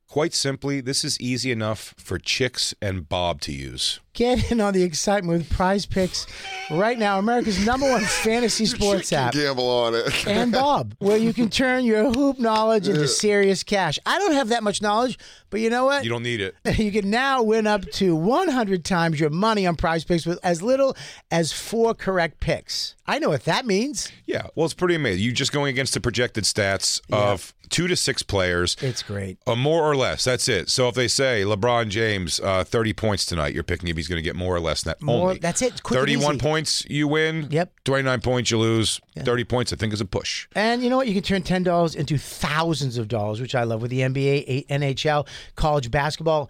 B: Quite simply, this is easy enough for Chicks and Bob to use.
A: Get in on the excitement with Prize Picks right now, America's number one
D: <laughs>
B: <laughs>
A: fantasy sports app.
D: Gamble on it.
A: and Bob, where you can turn your hoop knowledge
B: <laughs>
A: into serious cash. I don't have that much knowledge, but you know what?
B: You don't need it.
A: <laughs> You can now win up to 100 times your money on prize picks with as little as four correct picks. I know what that means.
B: Yeah, well, it's pretty amazing. You're just going against the projected stats of two to six players,
A: It's great.
B: uh, more or less. That's it. So if they say LeBron James, uh, 30 points tonight, you're picking if he's going to get more or less than that.
A: More-
B: only.
A: that's it. Quick and
B: 31
A: easy.
B: points, you win. Yep. 29 points, you lose. 30 points, I think, is a push.
A: And you know what? You can turn ten dollars into thousands of dollars, which I love with the NBA, A- NHL, college basketball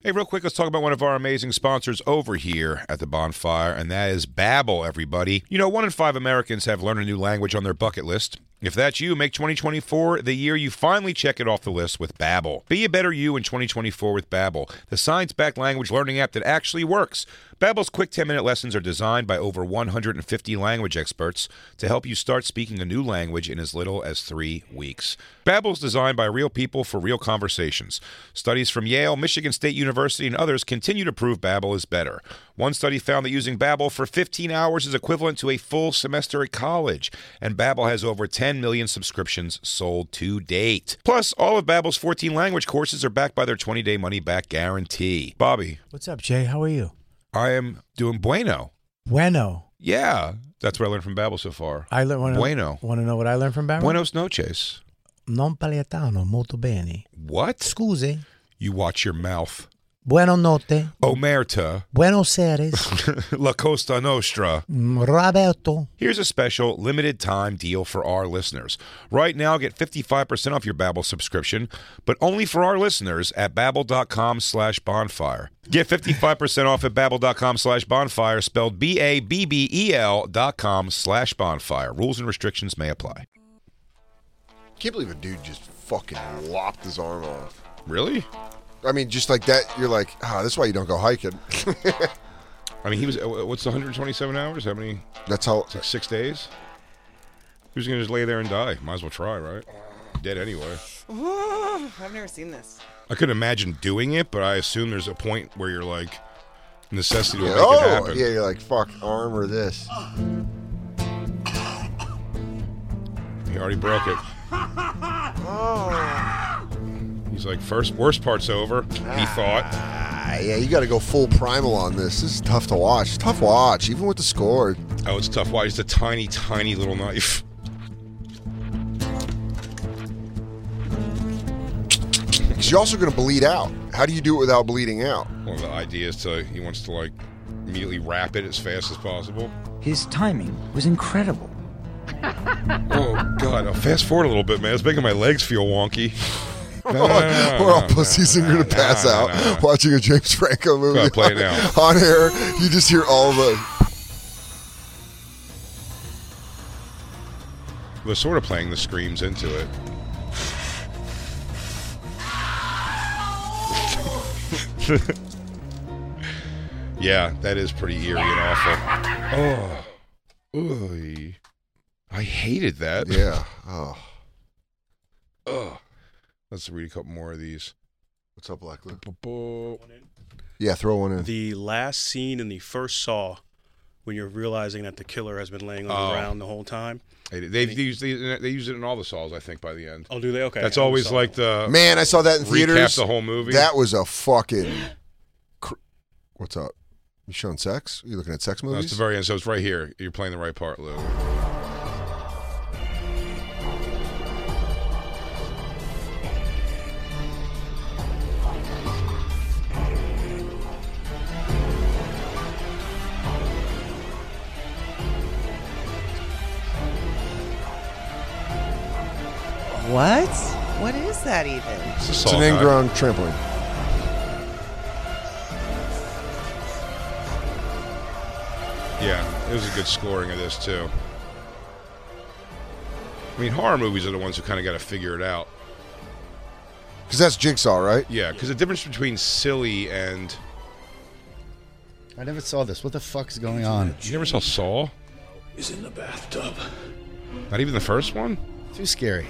B: Hey, real quick, let's talk about one of our amazing sponsors over here at the bonfire, and that is Babbel, everybody. You know, one in five Americans have learned a new language on their bucket list. If that's you, make 2024 the year you finally check it off the list with Babbel. Be a better you in 2024 with Babbel, the science-backed language learning app that actually works. Babbel's quick 10-minute lessons are designed by over 150 language experts to help you start speaking a new language in as little as 3 weeks. Babbel's designed by real people for real conversations. Studies from Yale, Michigan State University, and others continue to prove Babbel is better. One study found that using Babbel for 15 hours is equivalent to a full semester at college, and Babbel has over 10 million subscriptions sold to date. Plus, all of Babbel's 14 language courses are backed by their 20-day money-back guarantee. Bobby,
A: What's up, Jay? How are you?
B: I am doing bueno.
A: Bueno.
B: Yeah, that's what I learned from Babbel so far.
A: I learned
B: bueno.
A: Want to know what I learned from Barry?
B: Buenos noches.
A: Non paletano, molto bene.
B: What?
A: Scusi.
B: You watch your mouth.
A: Bueno notte.
B: Omerta.
A: Buenos
B: <laughs>
A: Aires.
B: La Costa Nostra.
A: Roberto.
B: Here's a special limited time deal for our listeners. Right now, get 55% off your Babbel subscription, but only for our listeners at babbel.com slash bonfire. Get 55% off at babbel.com slash bonfire, spelled B-A-B-B-E-L E dot com slash bonfire. Rules and restrictions may apply.
D: Can't believe a dude just fucking lopped his arm off.
B: Really?
D: I mean, just like that, you're like, ah, that's why you don't go hiking. <laughs>
B: I mean, he was, uh, what's the 127 hours? How many?
D: That's how.
B: It's like six days? Who's going to just lay there and die? Might as well try, right? Dead anyway.
F: Ooh, <gasps> I've never seen this.
B: I could imagine doing it, but I assume there's a point where you're like necessity will
D: Yeah,
B: make it
D: oh,
B: happen.
D: yeah, you're like, fuck, arm or this.
B: He already broke it.
D: Oh. Ah.
B: He's like, first worst part's over. He thought.
D: yeah, you got to go full primal on this. This is tough to watch. Tough watch, even with the score.
B: Oh, it's tough. Why? It's a tiny, tiny little knife.
D: Because you're also going to bleed out. How do you do it without bleeding out?
B: Well, the idea is to he wants to like immediately wrap it as fast as possible.
J: His timing was incredible.
B: Oh God! I'll fast forward a little bit, man. It's making my legs feel wonky. No, no, no, no,
D: <laughs> We're all
B: no,
D: pussies and
B: no,
D: going to
B: no,
D: pass
B: no,
D: out
B: no, no.
D: watching a James Franco movie.
B: on, play it
D: on-
B: now.
D: <laughs> On air, you just hear all the.
B: They're sort of playing the screams into it. <laughs> yeah, that is pretty eerie and awful. Oh, Oy. I hated that.
D: Yeah. Oh.
B: Ugh. Let's read a couple more of these.
D: What's up, Black Luke?
K: Yeah,
D: throw one in.
K: The last scene in the first Saw, when you're realizing that the killer has been laying on
B: Oh.
K: the ground the whole time.
B: They, they've used they, they use it in all the saws, I think, by the end.
K: Oh, do they? Okay.
B: That's
K: I never
B: always
K: saw
B: like
K: that.
B: the
D: Man, I saw that in
B: Uh, recap
D: theaters.
B: The whole movie.
D: That was a fucking. Cr- What's up? You showing sex? You looking at sex
B: No,
D: movies?
B: it's the very end. So it's right here. You're playing the right part, Lou.
F: What? What is that even?
D: It's
B: all
D: an
B: guy.
D: ingrown trampoline.
B: Yeah, it was a good scoring of this too. I mean, horror movies are the ones who kind of got to figure it out.
D: Because that's Jigsaw, right?
B: Yeah, because the difference between silly and
E: I never saw this. What the fuck's going on?
B: you never saw Saw,
L: Is in the bathtub.
B: not even the first one.
E: Too scary.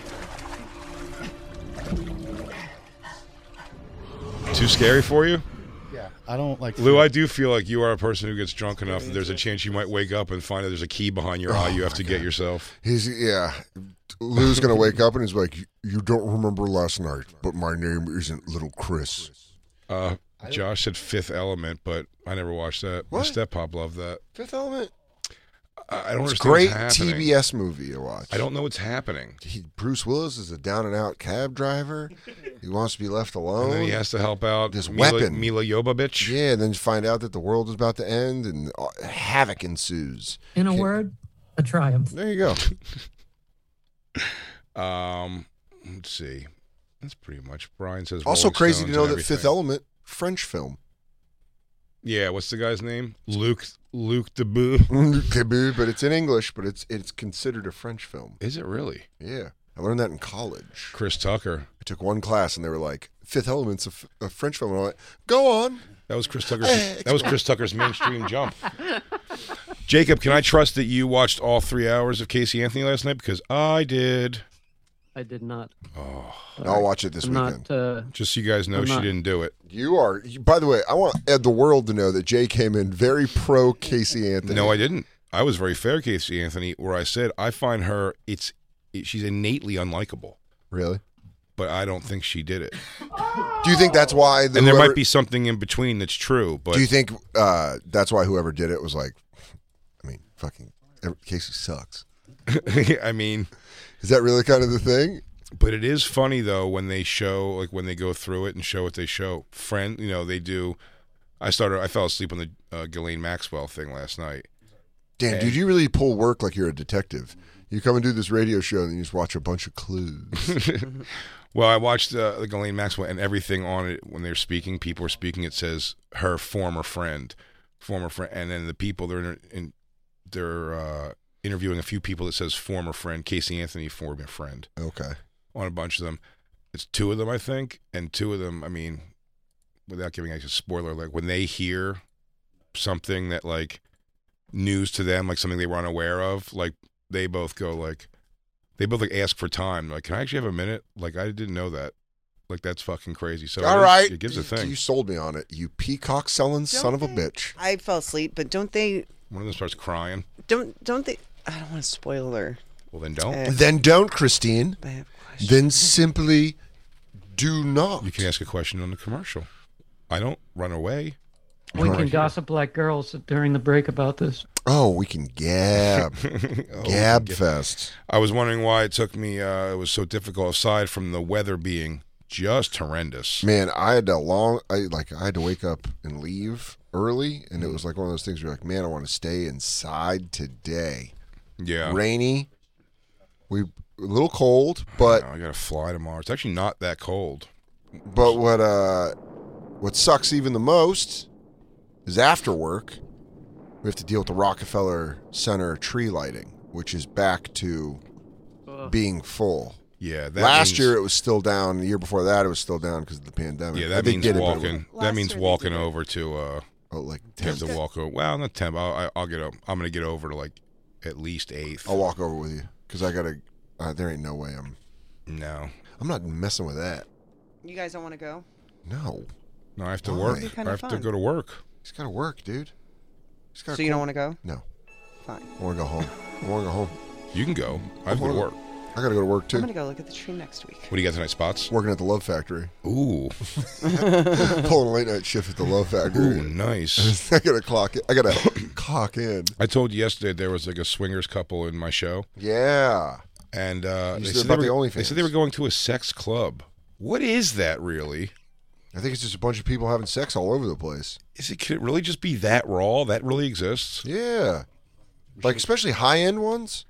B: Too scary for you,
E: Yeah, I don't like.
B: Lou. I do feel like you are a person who gets drunk enough that there's a chance you might wake up and find that there's a key behind
D: Oh
B: your eye you have to get yourself.
D: He's yeah. Lou's gonna wake up and he's like, "You don't remember last night, but my name isn't Little Chris."
B: Uh, Josh said Fifth Element, but I never watched that. My
D: What?
B: step pop loved that.
D: Fifth Element.
B: I I don't
D: it's
B: understand what's
D: great
B: happening.
D: TBS movie you watch.
B: I don't know what's happening.
D: He, Bruce Willis is a down and out cab driver. He wants to be left alone.
B: And then he has to help out
D: Oh, this
B: Mila-
D: weapon,
B: Mila Jovovich.
D: Yeah, and then you find out that the world is about to end and uh, havoc ensues.
M: In a word, a triumph.
B: <laughs>
D: There you go.
B: Um, let's see. That's pretty much. Brian says.
D: also
B: Rolling
D: crazy to
B: Stones
D: know
B: and
D: that Fifth
B: everything.
D: Element French film. <laughs>
B: Yeah, what's the guy's name? Luke Luke Deboo. <laughs>
D: Kaboo, but it's in English, but it's it's considered a French film.
B: Is it really?
D: Yeah, I learned that in college.
B: Chris Tucker.
D: I took one class and they were like, Fifth Element's a, f- a French film. And I went, go on.
B: That was Chris Tucker's.
D: Eh,
B: that was Chris Tucker's mainstream
D: <laughs>
B: jump. Jacob, can I trust that you watched all three hours of Casey Anthony last night? Because I did.
G: I did not.
B: Oh,
D: I'll watch it this
G: I'm
D: weekend.
G: Not, uh,
B: Just so you guys know,
G: I'm
B: she
G: not-
B: didn't do it.
D: You are, you, by the way, I want Ed the world to know that Jay came in very pro Casey Anthony.
B: No, I didn't. I was very fair, Casey Anthony, where I said I find her. It's she's innately unlikable,
D: Really?
B: but I don't think she did it.
D: Do you think that's why? The
B: and there
D: whoever-
B: might be something in between that's true. But
D: Do you think uh, that's why whoever did it was like, I mean, fucking, every- Casey sucks.
B: <laughs> I mean,
D: is that really kind of the thing?
B: But it is funny though when they show like when they go through it and show what they show. Friend, you know they do. I started. I fell asleep on the uh, Ghislaine Maxwell thing last night.
D: Damn,
B: And-
D: dude, you really pull work like you're a detective. You come and do this radio show and you just watch a bunch
B: <laughs>
D: of clues.
B: Mm-hmm. Well, I watched uh, the Ghislaine Maxwell and everything on it when they're speaking. People are speaking. It says her former friend, former friend, and then the people they're in, in they're uh, interviewing a few people. It says former friend Casey Anthony, former friend.
D: okay.
B: on a bunch of them. It's two of them, I think, and two of them. I mean, without giving like a spoiler, like when they hear something that like news to them, like something they were unaware of, like they both go like, they both like ask for time. Like, can I actually have a minute? Like, I didn't know that. Like, that's fucking crazy. So
D: All
B: it is-
D: right.
B: it gives a
D: You-
B: thing.
D: You sold me on it, you peacock selling son of a bitch.
F: I fell asleep, but don't they?
B: One of them starts crying.
F: Don't don't they? I don't want to spoil her.
B: Well, then don't.
F: Eh.
D: Then don't, Christine.
F: I have
D: Then simply do not.
B: You can ask a question on the commercial. I don't run away. I'm
G: We
B: right
G: can
B: here.
G: gossip like girls during the break about this.
D: Oh, we can gab.
B: <laughs> <laughs> Oh,
D: gab
B: yeah.
D: fest.
B: I was wondering why it took me. Uh, it was so difficult. Aside from the weather being just horrendous,
D: Man, I had to long I like I had to wake up and leave early and
B: Mm.
D: it was like one of those things where you're like, man, I want to stay inside today.
B: yeah,
D: Rainy. We a little cold, but
B: I got to fly tomorrow. It's actually not that cold.
D: but what uh what sucks even the most is after work we have to deal with the Rockefeller Center tree lighting, which is back to being full.
B: Yeah, that
D: Last
B: means-
D: year it was still down. The year before that it was still down because of the pandemic.
B: Yeah,
D: But
B: that
D: they
B: means
D: did it, but it
B: walking.
D: was-
B: That means walking over to.
D: <laughs>
B: Uh,
D: oh, like
B: you have to walk over. Well, not temp. I'll, I- I'll get. Up. I'm gonna get over to like at least eighth.
D: I'll walk over with you because I gotta. Uh, there ain't no way I'm.
B: No,
D: I'm not messing with that.
F: You guys don't want to go.
D: No,
B: no, I have to
D: Why?
B: work.
D: It'd be
B: I
F: kinda
B: have to
F: fun.
B: go to work.
D: he's gotta work, dude. He's
F: So
D: gotta
F: you don't want to go?
D: No,
F: Fine.
D: I want to go home. I want to go home.
B: You can go. I have to go to
D: wanna-
B: work.
D: I gotta go to work
F: I'm
D: too.
F: gonna go look at the tree next week.
B: What do you got tonight? Spots?
D: Working at the
B: <laughs>
D: Love Factory,
B: Ooh,
D: pulling a late night shift at the Love Factory.
B: ooh,
D: <laughs>
B: nice.
D: I gotta clock it. I gotta
B: <coughs>
D: clock in.
B: I told you yesterday there was like a swingers couple in my show.
D: Yeah,
B: and uh,
D: You
B: they,
D: said
B: said
D: about
B: they,
D: the
B: were,
D: OnlyFans.
B: they said they were going to a sex club. What is that really?
D: I think it's just a bunch of people having sex all over the place.
B: Is it could it really just be that raw? That really exists?
D: Yeah, like especially high end ones.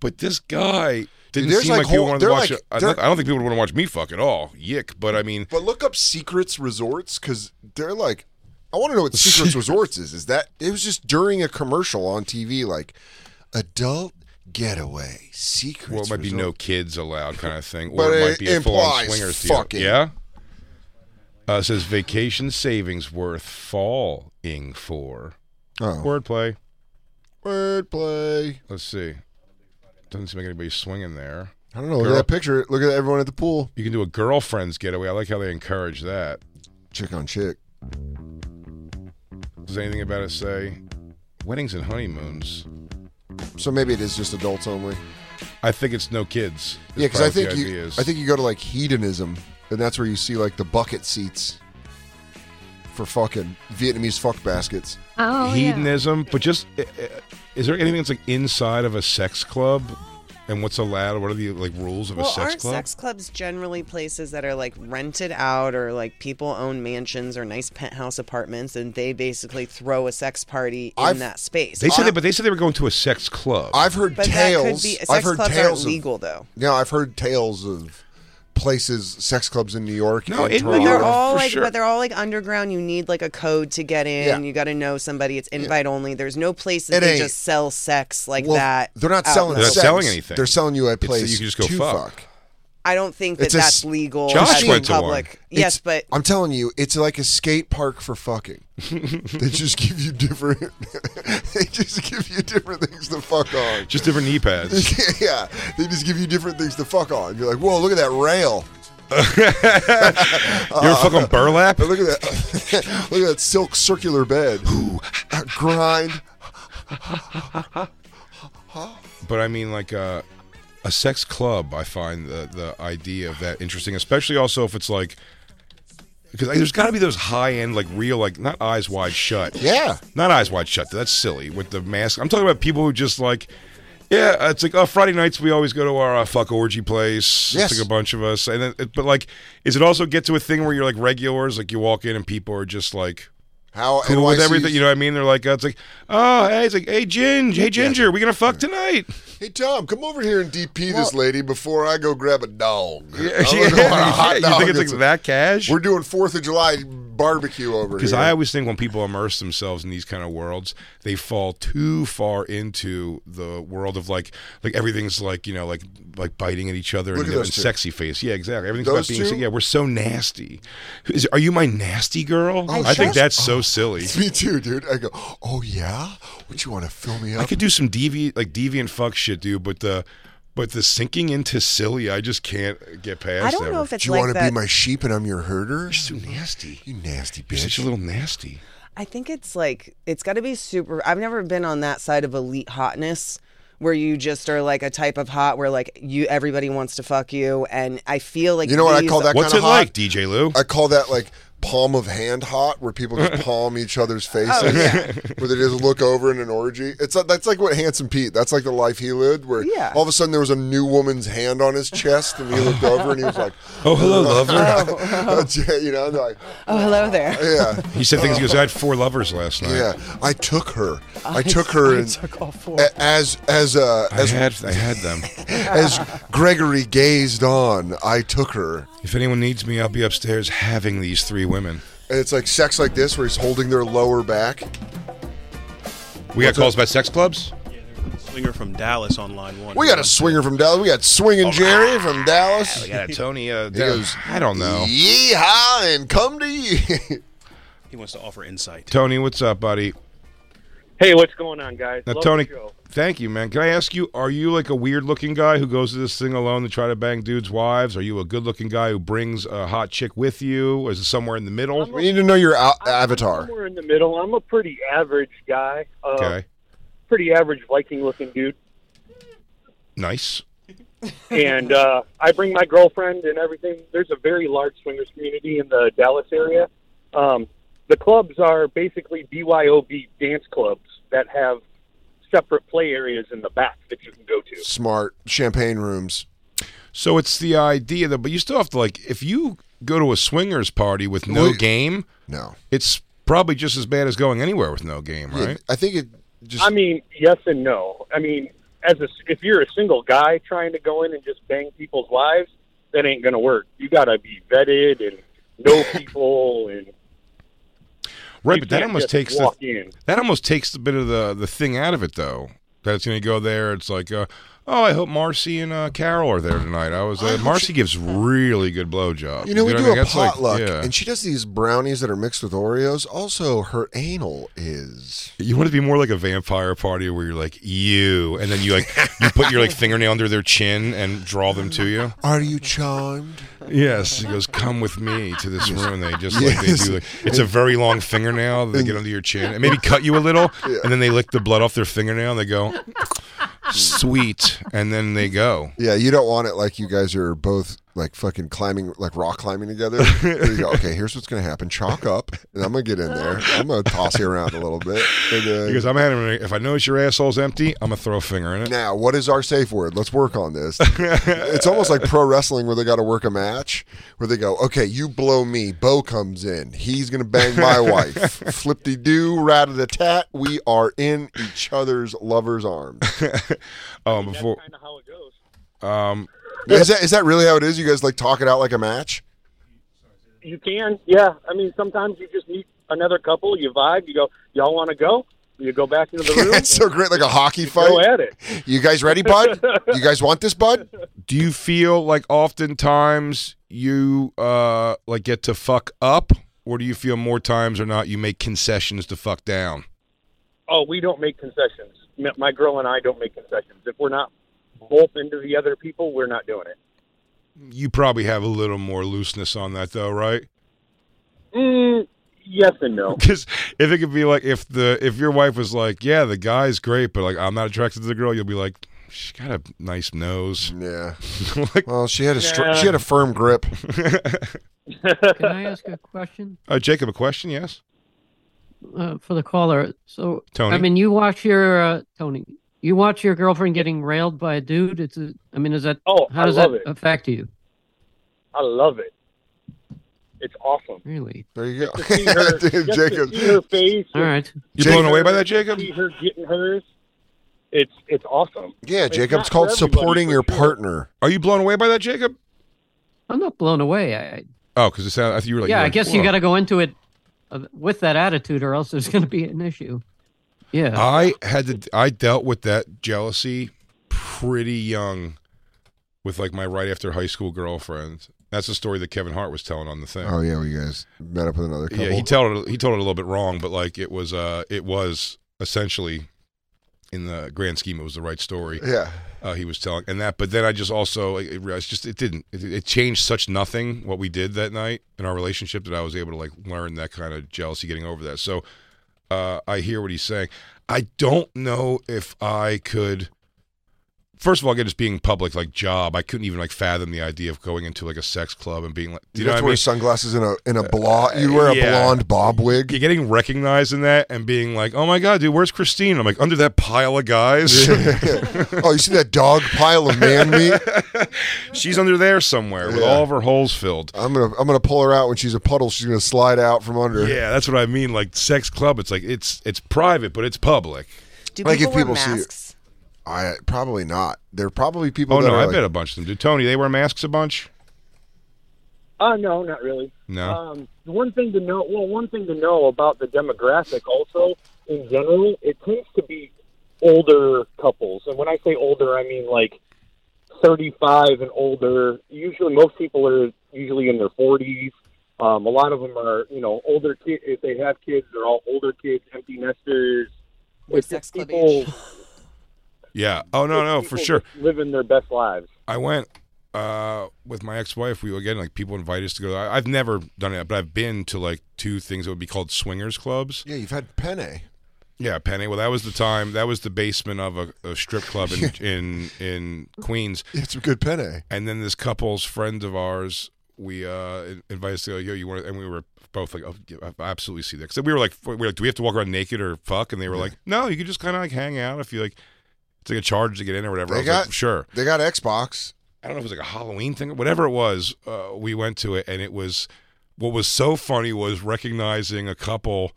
B: But this guy, Didn't
D: There's
B: seem
D: like
B: like, people
D: whole-
B: wanted to
D: they're
B: watch.
D: like-
B: it. I,
D: they're-
B: don't- I don't think people would want to watch me fuck at all. Yick. But I mean,
D: But look up Secrets Resorts because they're like, I want to know
B: <laughs>
D: what Secrets Resorts is. Is that it was just during a commercial on TV, like adult getaway secrets.
B: well, it might be
D: Resort.
B: no kids allowed kind of thing, or
D: But
B: it
D: it
B: might be a full-on
D: implies
B: swingers deal.
D: fucking.
B: Yeah. Uh, it says vacation savings worth falling for.
D: Oh.
B: Wordplay.
D: Wordplay.
B: Let's see. Doesn't seem like anybody's swinging there.
D: I don't know. Look at that picture. Look at everyone at the pool.
B: You can do a girlfriend's getaway. I like how they encourage that.
D: Chick on chick.
B: Does anything about it say weddings and honeymoons?
D: So maybe it is just adults only.
B: I think it's no kids. is
D: Yeah, because I
B: probably
D: think
B: what the
D: you,
B: idea is.
D: I think you go to like hedonism, and that's where you see like the bucket seats for fucking Vietnamese fuck baskets.
B: Oh,
F: Oh,
B: hedonism, but just uh, uh, is there anything that's like inside of a sex club, and what's allowed? What are the like rules of
F: well,
B: a sex
F: aren't
B: club?
F: sex clubs generally places that are like rented out or like people own mansions or nice penthouse apartments and they basically throw a sex party in
B: I've-
F: that space?
B: they said,
F: I-
B: that, but they said they were going to a sex club.
D: I've heard
F: But that could
D: tales.
F: be- sex
D: I've heard
F: clubs aren't
D: tales of-
F: legal, though.
D: No, I've heard tales of places, sex clubs in New York.
B: No,
D: and
B: in New
F: But
D: Toronto.
F: they're all like, but they're all like underground. You need like a code to get in.
D: Yeah.
F: You got to know somebody. It's invite only. There's no place
D: It
F: that they
D: ain't.
F: just sell sex like
D: Well,
F: that.
D: They're not
F: out in
D: selling.
F: the
B: They're not
D: sex.
B: selling anything.
D: They're selling you a
B: It's that
D: place.
B: you can just go
D: to
B: fuck.
F: I don't think that
D: It's a
F: that's
D: s-
F: legal.
B: Josh
F: as
B: went
F: in
B: to one.
F: public.
D: It's-
F: Yes, but
D: I'm telling you, it's like a skate park
B: <laughs>
D: for fucking. they just give you different. <laughs> they just give you different things to fuck on.
B: Just different knee
D: <laughs>
B: pads.
D: yeah, they just give you different things to fuck on. You're like, whoa, look at that rail.
B: You ever
D: Uh,
B: fuck on burlap?
D: Look at that. <laughs> look at that silk circular bed. <laughs> Grind.
B: But I mean, like uh, a sex club, I find the the idea of that interesting, especially also if it's like because there's got to be those high end, like real, like not eyes wide shut.
D: Yeah.
B: not eyes wide shut. That's silly with the mask. I'm talking about people who just like. Yeah, it's like uh, Friday nights. We always go to our uh, fuck orgy place.
D: Yes.
B: It's like a bunch of us, and then, but like, is it also get to a thing where you're like regulars? Like you walk in and people are just like,
D: How
B: cool with
D: NYC
B: everything. You know what I mean? They're like, uh, it's like, oh, hey, it's like, hey, Ginger, hey, Ginger, we gonna fuck tonight?
D: Hey Tom, come over here and DP this lady before I go grab a dog.
B: <laughs>
D: I don't
B: yeah,
D: know what a hot
B: yeah, you think
D: dog
B: it's
D: is.
B: like that cash?
D: We're doing Fourth of July barbecue over
B: Because
D: here.
B: I always think when people immerse themselves in these kind of worlds, they fall too far into the world of like, like everything's like you know, like like biting at each other
D: Look
B: and,
D: at
B: and
D: those two.
B: sexy face. Yeah, exactly. Everything's
D: Those
B: about being.
D: two?
B: Yeah, we're so nasty. Is, are you my nasty girl?
D: Oh,
B: I think
D: sure.
B: that's so silly.
D: Me too, dude. I go, oh yeah. Would you want to fill me up?
B: I could do some deviant, like deviant fuck shit, dude. But the, but the sinking into silly, I just can't get past.
F: I don't
B: that.
F: know if it's
D: do you
F: like
D: want to
F: that.
D: be my sheep and I'm your herder?
B: You're so nasty.
D: You nasty
B: You're
D: bitch.
B: such a little nasty.
F: I think it's like it's got to be super. I've never been on that side of elite hotness where you just are like a type of hot where like you everybody wants to fuck you and I feel like
D: you know what I
F: these-
D: call that?
B: What's
D: kinda
B: it
D: hot?
B: like, DJ Lou?
D: I call that like palm of hand hot, where
B: <laughs>
D: people just palm each
B: Oh,
D: other's faces, where they just look over in an orgy. It's like, that's like what handsome Pete. That's like the life he lived, where
F: Yeah.
D: all of a sudden there was a new woman's hand on his chest, and he looked over and he was like,
B: <laughs>
D: <laughs>
B: Oh, hello, lover.
D: Yeah, you know, and they're like,
F: Oh, hello there.
D: yeah,
B: He said things. He goes, "I had four lovers last night.
D: Oh. yeah. I took her. I, took her and a- as as uh,
B: I
D: as
B: had, I had
D: <laughs>
B: them.
D: as Gregory gazed on. I took her.
B: If anyone needs me, I'll be upstairs having these three women."
D: And it's like sex like this, where he's holding their lower back.
B: We got calls about sex clubs.
K: Swinger from Dallas on line one.
D: We got a swinger from Dallas. We got
B: Oh,
D: swinging Jerry from Dallas.
B: We got a Tony. Uh,
D: He goes,
B: I don't know.
D: Yeehaw and come to you.
K: He wants to offer insight.
B: Tony, what's up, buddy?
I: Hey, what's going on, guys?
B: Now,
I: Love
B: Tony,
I: the show.
B: thank you, man. Can I ask you, are you like a weird looking guy who goes to this thing alone to try to bang dudes' wives? Are you a good looking guy who brings a hot chick with you? Or is it somewhere in the middle?
D: <laughs> we need to know your a- avatar.
I: somewhere in the middle. I'm a pretty average guy. Uh,
B: Okay.
I: Pretty average Viking-looking dude,
B: Nice.
I: and uh, I bring my girlfriend and everything. There's a very large swingers community in the Dallas area. Um, the clubs are basically BYOB dance clubs that have separate play areas in the back that you can go to.
D: Smart champagne rooms.
B: So it's the idea, though, but you still have to, like, if you go to a swingers party with no
D: Well,
B: game,
D: No,
B: it's probably just as bad as going anywhere with no game,
D: Yeah,
B: right?
D: I think it just.
I: I mean, yes and no. I mean, as a, if you're a single guy trying to go in and just bang people's wives, that ain't gonna work. You gotta be vetted and know
B: <laughs>
I: people and
B: Right,
I: You
B: but that
I: can't
B: almost
I: just
B: takes
I: walk
B: the,
I: in.
B: that almost takes a bit of the the thing out of it though. That it's going to go there. It's like, uh, oh, I hope Marcy and uh, Carol are there tonight. I was uh, Marcy gives really good blowjobs.
D: You know, we
B: what
D: do
B: I mean?
D: a
B: That's like-
D: potluck,
B: yeah.
D: and she does these brownies that are mixed with Oreos. Also, her anal is.
B: You want to be more like a vampire party where you're like you, and then you like you put
D: <laughs>
B: your like fingernail under their chin and draw them to you.
D: Are you charmed?
B: Yes, he goes. Come with me to this room. They just like they
D: Yes.
B: do. Like, it's a very long fingernail. They get under your chin and maybe cut you a little, and then they lick the blood off their fingernail. and They go, sweet, and then they go.
D: Yeah, you don't want it like you guys are both like fucking climbing, like rock climbing together. You go, okay, here's what's gonna happen: chalk up, and I'm gonna get in there. I'm gonna toss you around a little bit. And, uh,
B: Because I'm having. If I notice your asshole's empty, I'm gonna throw a finger in it.
D: now, what is our safe word? Let's work on this. it's almost like pro wrestling where they got to work a match where they go, okay, you blow me. Bo comes in. He's going to bang my wife. Flip de doo, rat a tat. We are in each other's lover's arms.
B: Oh, before. Um,
D: Is that, is that really how it is? You guys like talk it out like a match?
I: you can. Yeah, I mean sometimes you just meet another couple, you vibe, you go, y'all want to go? You go back into the
B: <laughs>
I: room.
D: It's so great, like a hockey fight.
I: Go at it.
D: You guys ready, bud? you guys want this, bud?
B: Do you feel like oftentimes you uh like get to fuck up, or do you feel more times or not you make concessions to fuck down?
I: Oh, we don't make concessions. M- My girl and I don't make concessions. If we're not both into the other people, we're not doing it.
B: You probably have a little more looseness on that though, right?
I: Mm, yes and no.
B: Because if it could be like if the if your wife was like, yeah, the guy's great, but like I'm not attracted to the girl, you'll be like, she got a nice nose. <laughs>
D: Yeah.
B: like, <laughs>
D: well, she had a str-
B: Yeah.
D: she had a firm grip.
G: <laughs> Can I ask a question
B: uh, Jacob, a question? Yes.
G: uh, for the caller? So,
B: Tony?
G: I mean, you watch your uh, Tony. You watch your girlfriend getting railed by a dude. It's. A, I mean, is that?
I: Oh,
G: how
I: I
G: does
I: love
G: that
I: it.
G: affect you?
I: I love it. It's awesome.
G: Really?
D: There
I: <laughs>
D: you
E: <laughs>
D: go.
I: See her,
D: <laughs> Dude,
I: just
D: Jacob.
I: To see her face.
G: All right.
B: You blown away by that, Jacob?
I: See her getting hers. It's it's awesome.
D: Yeah,
I: It's
D: Jacob.
I: not
D: It's
I: for
D: called
I: everybody,
D: supporting
I: for
D: your
I: sure.
D: partner.
B: Are you blown away by that, Jacob?
G: I'm not blown away. I, I
B: Oh, because it sounded. I thought you were like,
G: yeah,
B: you're
G: I
B: like,
G: guess you
B: "Whoa."
G: got to go into it uh, with that attitude, or else there's going to be an issue. Yeah.
B: I had to. I dealt with that jealousy pretty young, with like my right after high school girlfriend. That's the story that Kevin Hart was telling on the thing.
D: Oh yeah, we guys met up with another couple.
B: yeah, he told it. He told it a little bit wrong, but like it was. Uh, it was essentially, in the grand scheme, it was the right story.
D: Yeah.
B: Uh, he was telling, and that, but then I just also it, realized just it didn't it, it changed such nothing what we did that night in our relationship that I was able to like learn that kind of jealousy getting over that. So uh, I hear what he's saying. I don't know if I could. First of all, again, just being public, like job, I couldn't even like fathom the idea of going into like a sex club and being like, do
D: you
B: you know what
D: have to
B: I
D: wear
B: mean? Uh,
D: sunglasses in a in a blonde. You wear a
B: yeah.
D: blonde
B: <laughs>
D: bob wig.
B: You're getting recognized in that and being like, oh my God, dude, where's Christine? I'm like, under that pile of
D: <laughs>
B: guys.
D: oh, you see that dog pile of man meat?
B: <laughs> She's under there somewhere with
D: Yeah.
B: all of her holes filled.
D: I'm gonna I'm gonna pull her out when she's a puddle. She's gonna slide out from under.
B: Yeah, that's what I mean. Like sex club, it's like it's it's private, but it's public.
F: Do
D: Like,
F: people
D: if
F: wear
D: people see you-
F: masks?
D: I probably not. There are probably people.
B: oh
D: that
B: no,
D: are
B: I
D: like,
B: bet a bunch of them do. Tony, they wear masks a bunch.
I: Uh, no, not really.
B: No?
I: Um, one thing to know, well, one thing to know about the demographic also in general, it tends to be older couples, and when I say older, I mean like thirty-five and older. Usually, most people are usually in their forties. Um, a lot of them are, you know, older kids. If they have kids, they're all older kids, empty nesters.
F: We're
I: It's
F: sex
I: just
F: club
I: people.
B: Yeah. Oh no, no, for
I: people
B: sure.
I: just Living their best lives.
B: I went uh, with my ex-wife. We again like people invite us to go. I, I've never done it, but I've been to like two things that would be called swingers clubs.
D: Yeah, you've had penne.
B: Yeah, Penny. Well, that was the time. That was the basement of a, a strip club in, in in Queens.
D: It's some good penne.
B: And then this couple's friend of ours, we uh in- invited us to go. Yo, you want? And we were both like, oh, yeah, I absolutely see that. So we were like, we were like, do we have to walk around naked or fuck? And they were like, no, you could just kind of like hang out if you like. It's like a charge to get in or whatever. I
D: They
B: was like,
D: got-
B: sure.
D: They got Xbox.
B: I don't know if it was like a Halloween thing, whatever it was. Uh, we went to it, and it was what was so funny was recognizing a couple,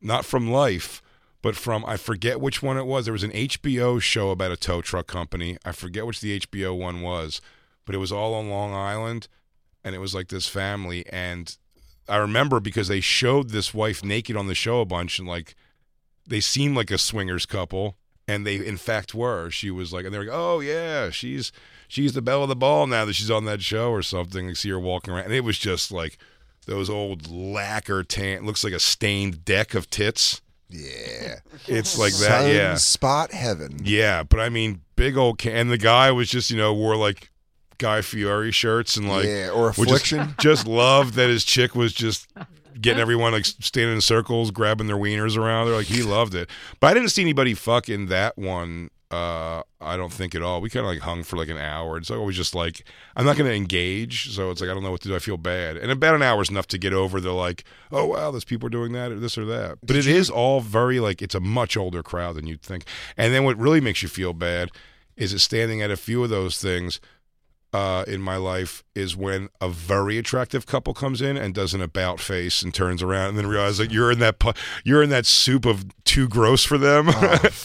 B: not from life, but from I forget which one it was. There was an HBO show about a tow truck company. I forget which the HBO one was, but it was all on Long Island, and it was like this family. And I remember because they showed this wife naked on the show a bunch, and like they seemed like a swingers couple, and they in fact were. She was like, and they were like, oh yeah, she's she's the belle of the ball now that she's on that show or something. You see her walking around, and it was just like those old lacquer tan, looks like a stained deck of tits.
D: Yeah.
B: It's like that,
D: Sun
B: yeah.
D: Spot heaven.
B: Yeah, but I mean, big old can. And the guy was just, you know, wore like Guy Fieri shirts and like,
D: Yeah, or
B: would <laughs>
D: Affliction.
B: Just, just loved that his chick was just getting everyone like standing in circles, grabbing their wieners around. They're like, he loved it. But I didn't see anybody fucking that one. Uh, I don't think at all. We kind of like hung for like an hour. It's always just like I'm not going to engage, so it's like I don't know what to do. I feel bad, and about an hour is enough to get over the like, oh wow, those people are doing that or this or that. But it is all very like it's a much older crowd than you'd think. And then what really makes you feel bad is it standing at a few of those things uh, in my life is when a very attractive couple comes in and does an about face and turns around and then realizes that you're in that pu- you're in that soup of too gross for them.
D: <laughs>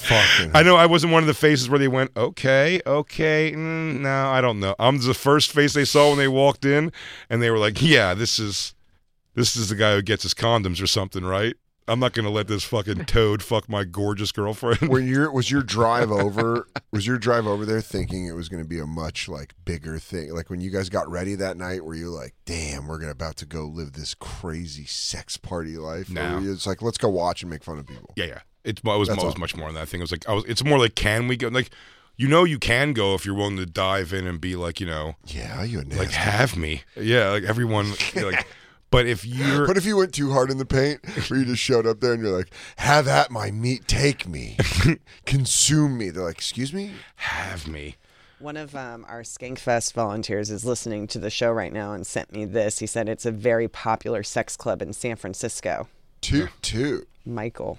D: Oh,
B: <laughs> I know I wasn't one of the faces where they went, okay, okay, mm, no, I don't know. I'm the first face they saw when they walked in, and they were like, yeah, this is this is the guy who gets his condoms or something, right? I'm not gonna let this fucking toad fuck my gorgeous girlfriend.
D: Were your was your drive over was your drive over there thinking it was going to be a much like bigger thing? Like when you guys got ready that night, were you like, "Damn, we're gonna about to go live this crazy sex party life"? Or
B: No.
D: were you just like, "Let's go watch and make fun of people."
B: Yeah, yeah. It's it was, it
D: That's
B: was
D: all.
B: much more than that. I think it was like I was. It's more like can we go? Like you know, you can go if you're willing to dive in and be like you know.
D: Yeah, you
B: like <laughs> have me. Yeah, like everyone.
D: <laughs>
B: like, but if you're
D: What if you went too hard in
B: <laughs>
D: the paint, where you just showed up there and you're like, "Have at my meat,
B: <laughs>
D: take me, consume me"? They're like, "Excuse me,
B: have me."
F: One of um, our Skankfest volunteers is listening to the show right now and sent me this. He said it's a very popular sex club in San Francisco.
D: Toot toot.
F: Michael.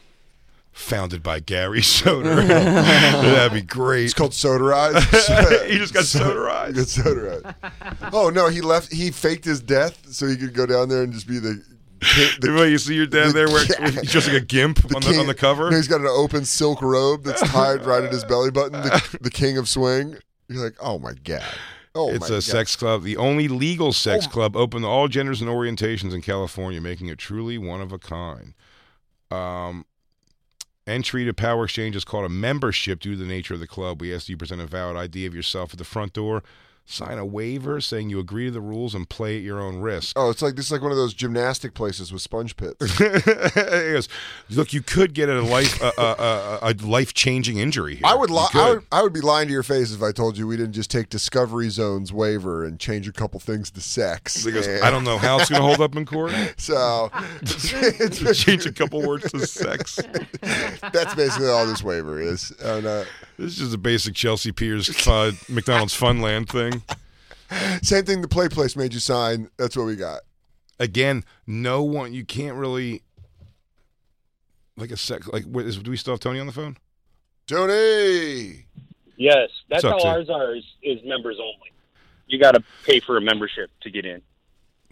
B: founded by Gary <laughs>
D: <laughs>
B: Soder, that'd be great. <laughs> It's
D: called uh,
B: <laughs>
D: Soderize. <laughs>
B: he just got soderized.
D: Got soderized. Oh no, he left. He faked his death so he could go down there and just be the.
B: <laughs>
D: the
B: Well, you see your dad there
D: <laughs>
B: where he's just like a gimp on the- on the cover?
D: No, he's got an open silk robe
B: <laughs>
D: that's tied right at his belly button. The, the king of swing. You're like, oh my god. Oh,
B: it's a
D: my Oh God.
B: sex club, the only legal sex club open to all genders and orientations in California, making it truly one of a kind. Um, entry to Power Exchange is called a membership due to the nature of the club. We ask that you present a valid ID of yourself at the front door, sign a waiver saying you agree to the rules, and play at your own risk. <laughs>
D: Oh, it's like this is like one of those gymnastic places with sponge pits.
B: He goes, Look, you could get a life a, a, a, a life changing injury. Here.
D: I would, li-
B: You
D: I
B: could.
D: would I would be lying to your face if I told you we didn't just take Discovery Zone's waiver and change a couple things to sex.
B: He goes,
D: And-
B: I don't know how it's going to hold up in
D: <laughs>
B: court. <laughs>
D: So
B: change a couple words to sex.
D: That's basically all this waiver is. And, uh,
B: This is just a basic Chelsea Piers
D: <laughs>
B: uh, McDonald's Funland thing.
D: same thing the play place made you sign. That's what we got.
B: Again, no one. You can't really like a sec. Like, what is, do we still have Tony on the phone?
D: Tony.
I: Yes, that's
B: Sucks,
I: how
B: eh?
I: ours are is, is members only. You got to pay for a membership to get in.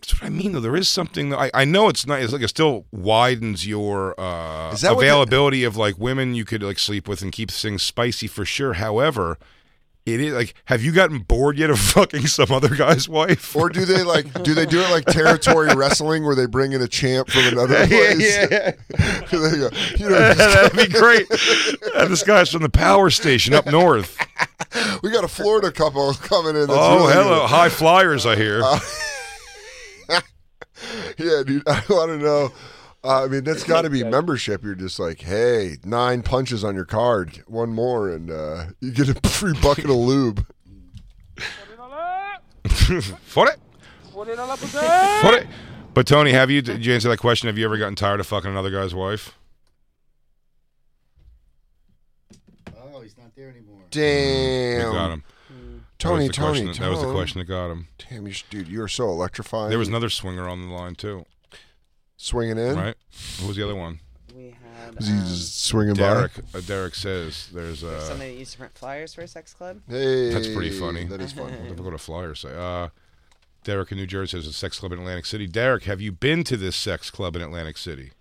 B: That's what I mean. Though there is something. That I I know it's not. It's like it still widens your uh,
D: Is that what the-
B: availability of like women you could like sleep with and keep things spicy for sure. However. It is like, have you gotten bored yet of <laughs> fucking some other guy's wife?
D: Or do
B: <laughs>
D: they like do they do it like territory wrestling where they bring in a champ from another
B: <laughs> Yeah,
D: place? <laughs>
B: yeah,
D: They go, you know,
B: That'd be great. Uh, this guy's from the power station up north.
D: we got a Florida couple coming in. That's
B: oh,
D: really
B: hello,
D: good.
B: high flyers! I hear.
D: Uh,
B: <laughs>
D: Yeah, dude. <laughs> I want to know. Uh, I mean, that's got to be membership. You're just like, hey, nine punches on your card, one more, and uh, you get a <laughs> free bucket of lube.
B: Mm, For it, for it. But Tony, have you? Did you answer that question? Have you ever gotten tired of fucking another guy's wife?
E: Oh, he's not there anymore.
D: Damn.
B: You got him. that
D: Tony,
B: was the
D: Tony,
B: question that, that was the
D: Tony.
B: question that got him.
D: Damn, you, sh- dude, you're so electrifying.
B: There was another swinger on the line too,
D: swinging in.
B: right? Who was the other one?
D: Was he
F: um,
D: just swinging
B: Derek.
D: by?
B: Uh, Derek says there's a.
F: Somebody that used to print flyers for a sex club.
D: Hey,
B: That's pretty funny.
D: That
N: <laughs>
D: is fun.
B: What the fuck would a flyer say? Uh, Derek in New Jersey has a sex club in Atlantic City. Derek, have you been to this sex club in Atlantic City?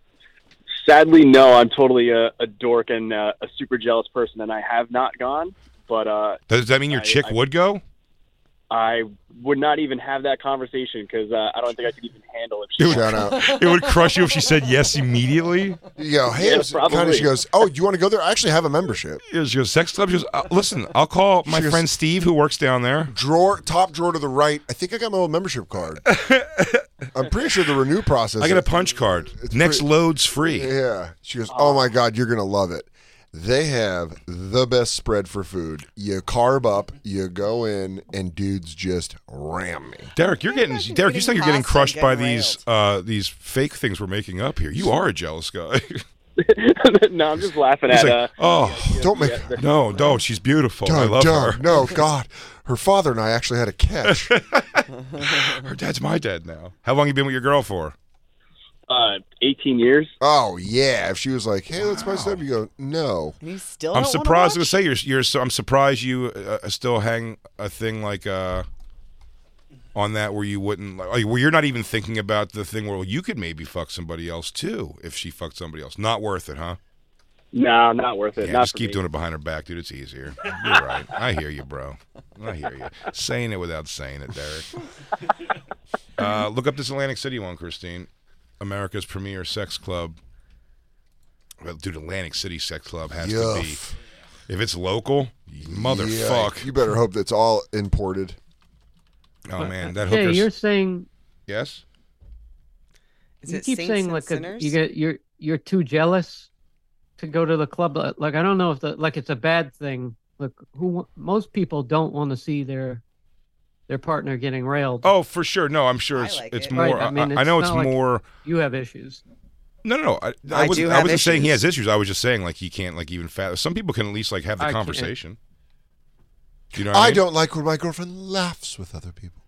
N: Sadly, no. I'm totally a, a dork and uh, a super jealous person, and I have not gone. But uh,
B: Does that mean your
N: I-
B: chick
N: I- <laughs>
B: would go?
N: I would not even have that conversation because uh, I don't think I could even handle it.
B: It would, it would crush you if she said yes immediately.
D: You go, hey,
N: Yeah,
D: it's- kind of.
N: probably.
D: She goes, oh, you want to go there? I actually have a membership.
B: Yeah, she goes, sex club. She goes, uh, listen, I'll call my
D: She goes-
B: friend Steve who works down there.
D: Drawer, top drawer to the right. I think I got my old
B: <laughs>
D: membership card. I'm pretty sure the renew process.
B: I got a punch card. Next load's free.
D: Yeah. She goes, oh my god, you're gonna love it. They have the best spread for food. You carb up, you go in, and dudes just ram me.
B: Derek, you're getting Derek. You sound you're getting
D: hostile,
B: crushed by
D: getting
B: these uh, these fake things we're making up here. You are a jealous guy.
N: <laughs>
B: <laughs>
N: no, I'm just laughing
B: He's
N: at.
B: like,
N: uh,
B: oh,
D: don't make
B: no, don't. She's beautiful. I
D: Dun,
B: love
D: dun.
B: her. <laughs>
D: No, God, her father and I actually had a catch.
B: her dad's my dad now. How long you been with your girl for?
N: uh, 18 years.
D: Oh yeah. If she was like, hey, let's buy stuff, you go, no.
F: You still.
B: I'm surprised. I was gonna say you're. You're. So, I'm surprised you uh, still hang a thing like uh, on that where you wouldn't. Like, where you're not even thinking about the thing where you could maybe fuck somebody else too if she fucked somebody else. Not worth it, huh?
N: No, not worth it.
B: Yeah,
N: not
B: just
N: for
B: keep
N: me.
B: doing it behind her back, dude. It's easier. You're right. I hear you, bro. I hear you. Saying it without saying it, Derek. Uh, look up this Atlantic City one, Christine. America's premier sex club. Well, dude, Atlantic City sex club has to
D: Yuff.
B: be. If it's local, motherfuck.
D: Yike. You better hope that's all imported.
B: Oh man, that
G: Jay,
B: hooker's.
G: you're saying
B: Yes.
G: you keep saying like a, you get you're you're too jealous to go to the club. Uh, Like I don't know if the like it's a bad thing. Look, who wa- most people don't want to see their their partner getting railed.
B: Oh, for sure. No, I'm sure it's it's more.
G: Right,
B: I,
G: I mean,
B: I know
G: it's
B: it's
G: not like-
B: more.
G: You have issues.
B: No, no, no. I, I,
G: I
B: wasn't,
G: do
B: I
G: have
B: wasn't saying he
G: issues.
B: has issues. I was just saying like he can't like even fathom. Some people can at least like have the
D: I can't.
B: conversation. Do you know? What
D: I
B: mean?
D: don't like when my girlfriend laughs with other people.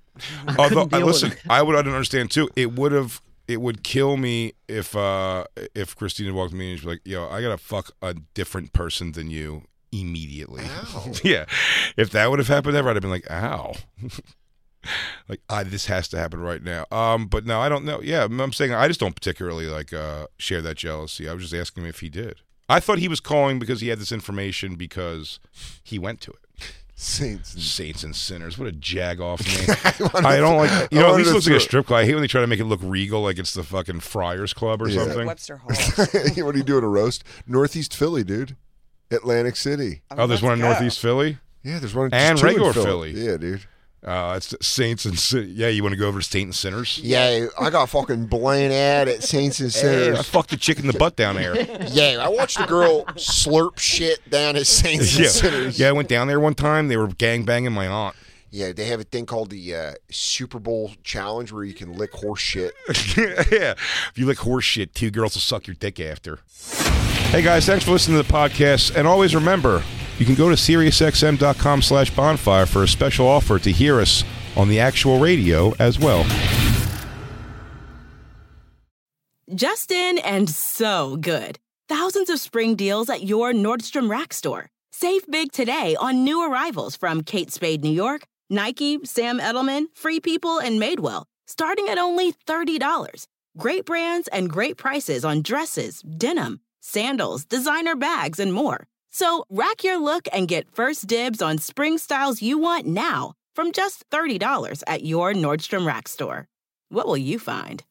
B: Although, I, listen, I would I don't understand too. It would have. It would kill me if uh if Christina walked to me and she's like, "Yo, I gotta fuck a different person than you immediately." <laughs> yeah, if that would have happened ever, I'd have been like, "Ow." <laughs> Like I, this has to happen right now. Um, but no, I don't know. Yeah, I'm I'm saying I just don't particularly like uh, share that jealousy. I was just asking him if he did. I thought he was calling because he had this information because he went to it.
D: Saints, and
B: saints and sinners. What a jag
D: <laughs>
B: off name!
D: wanted
B: I don't
D: to-
B: like. You
D: I
B: know, at
D: wanted
B: least it
D: to
B: looks like a
D: throw-
B: strip club. I hate when they try to make it look regal, like it's the fucking Friars Club or
D: Yeah.
B: something.
F: Webster Hall.
D: <laughs> what do you do at a roast? Northeast Philly, dude. Atlantic City.
B: oh, there's one in Northeast Philly.
D: Yeah, there's one in-
B: and
D: two in
B: regular Philly.
D: Philly. Yeah, dude.
B: Uh, it's Saints and Sin- yeah. You want to go over to Saints and Sinners?
D: Yeah, I got fucking blamed out at
B: <laughs>
D: Saints and
B: Hey,
D: Sinners.
B: I fucked the chick in the butt down
D: <laughs>
B: there.
D: yeah, I watched a girl slurp shit down at Saints and
B: yeah.
D: Sinners.
B: yeah, I went down there one time. They were gang banging my aunt.
D: Yeah, they have a thing called the uh, Super Bowl Challenge where you can lick horse shit.
B: <laughs> yeah. If you lick horse shit, two girls will suck your dick after. Hey guys, thanks for listening to the podcast. And always remember, you can go to SiriusXM.com slash bonfire for a special offer to hear us on the actual radio as well.
O: Justin and so good. Thousands of spring deals at your Nordstrom Rack store. Save big today on new arrivals from Kate Spade New York, Nike, Sam Edelman, Free People, and Madewell, starting at only $30. Great brands and great prices on dresses, denim, sandals, designer bags, and more. So rack your look and get first dibs on spring styles you want now from just $30 at your Nordstrom Rack store. What will you find?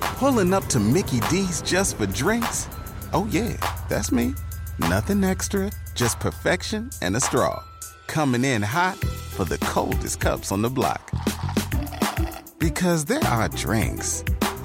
P: Pulling up to Mickey D's just for drinks? Oh, yeah, that's me. Nothing extra, just perfection and a straw. Coming in hot for the coldest cups on the block. Because there are drinks,